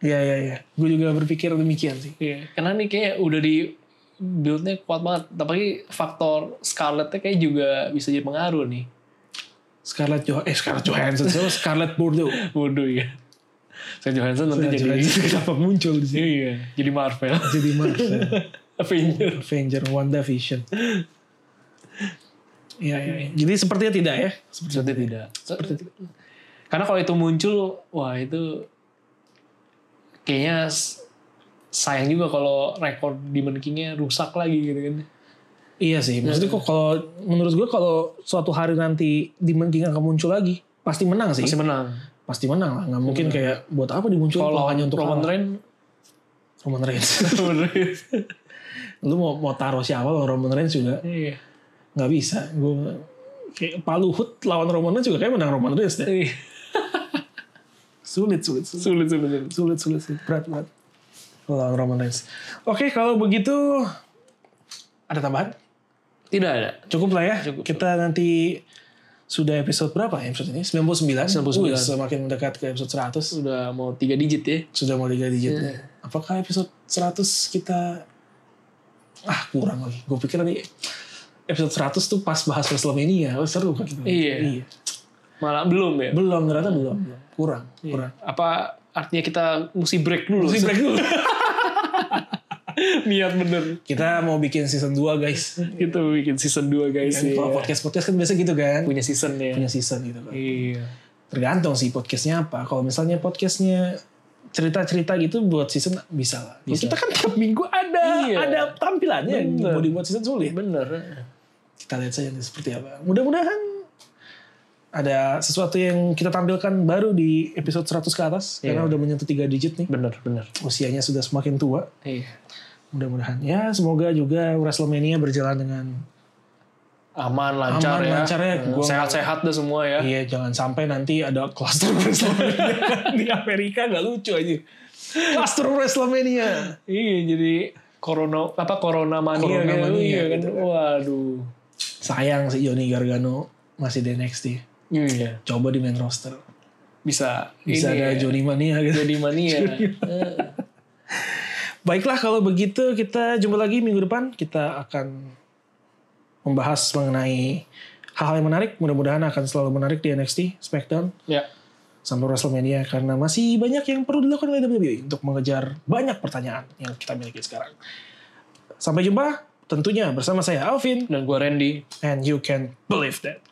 A: Iya iya iya. Gue juga berpikir demikian sih.
B: Iya. Karena nih kayak udah di build-nya kuat banget. Apalagi faktor Scarlet-nya kayak juga bisa jadi pengaruh nih.
A: Scarlett Joh eh Scarlett Johansson siapa? Scarlett Bordeaux.
B: Bodoh ya. Saya Johansson nanti
A: Scarlett
B: jadi
A: Johansson kenapa muncul di sini?
B: Iya. Jadi Marvel.
A: *laughs*
B: *laughs*
A: Jadi Marvel,
B: Avenger.
A: Avenger, Wanda Vision. Iya iya. iya. Jadi sepertinya tidak ya?
B: Seperti tidak. Seperti tidak. Karena kalau itu muncul, wah itu kayaknya s- sayang juga kalau rekor Demon King-nya rusak lagi gitu kan.
A: Iya sih. Maksudnya kok kalau menurut gue kalau suatu hari nanti Demon King akan muncul lagi, pasti menang sih.
B: Masih menang.
A: Pasti menang lah. Nggak mungkin kayak buat apa dimunculin
B: Kalau
A: kalau hanya untuk
B: Roman
A: kalah.
B: Reigns, *laughs*
A: Roman Reigns. *laughs*
B: Roman Reigns.
A: Lu mau mau taruh siapa lawan Roman Reigns juga?
B: Iya.
A: nggak bisa gue kayak Pak Luhut lawan Roman Reigns juga kayak menang Roman Reigns deh
B: Iya.
A: sulit sulit sulit
B: Sulit, sulit, sulit.
A: sulit sulit, sulit. berat berat lawan Roman Reigns oke kalau begitu ada tambahan
B: Tidak ada.
A: cukup lah ya
B: Cukup.
A: kita nanti sudah episode berapa ya episode ini 99
B: 99.
A: Wih, semakin mendekat ke episode 100
B: Sudah mau tiga digit ya.
A: sudah mau tiga digit apakah episode 100 kita ah kurang lagi gue pikir tadi episode 100 tuh pas bahas Wrestlemania Oh, seru kan kita
B: Iya. Malah belum ya.
A: Belum ternyata belum.
B: Iya.
A: Kurang, kurang.
B: *laughs* Apa artinya kita mesti break dulu?
A: break dulu.
B: niat bener.
A: Kita mau bikin season 2 guys.
B: Kita bikin season 2 guys
A: Kan
B: sih.
A: Kalau podcast-podcast kan biasa gitu kan.
B: Punya season ya.
A: Punya season gitu kan.
B: Iya.
A: Tergantung sih podcastnya apa. Kalau misalnya podcastnya cerita-cerita gitu buat season bisa lah. Kalau Kita kan tiap minggu ada
B: Iya.
A: ada ya? tampilannya.
B: Bener.
A: Mau dibuat season sulit.
B: Bener.
A: Kita lihat saja nanti seperti apa. Mudah-mudahan ada sesuatu yang kita tampilkan baru di episode 100 ke atas. Karena
B: Iya.
A: udah menyentuh 3 digit nih.
B: Bener, bener.
A: Usianya sudah semakin tua.
B: Iya.
A: Mudah-mudahan ya semoga juga Wrestlemania berjalan dengan
B: Aman, lancar
A: Aman,
B: ya.
A: lancar ya.
B: Eh,
A: Gua-
B: Sehat-sehat dah semua ya.
A: iya jangan sampai nanti ada cluster *laughs* Wrestlemania di Amerika nggak lucu aja. Cluster Wrestlemania.
B: Iya, jadi corona apa corona mania
A: Corona
B: gitu.
A: mania
B: iya kan.
A: gitu
B: Waduh.
A: Sayang sih Johnny Gargano masih di NXT.
B: Iya.
A: Coba di main roster.
B: Bisa
A: Bisa ada
B: ini ya,
A: Johnny Mania gitu.
B: jadi mania.
A: *laughs*
B: Eh,
A: Baiklah kalau begitu kita jumpa lagi minggu depan kita akan membahas mengenai hal-hal yang menarik. Mudah-mudahan akan selalu menarik di NXT, SmackDown,
B: ya.
A: sampai WrestleMania karena masih banyak yang perlu dilakukan oleh WWE untuk mengejar banyak pertanyaan yang kita miliki sekarang. Sampai jumpa tentunya bersama saya Alvin
B: Dan gua Randy.
A: and you can believe that.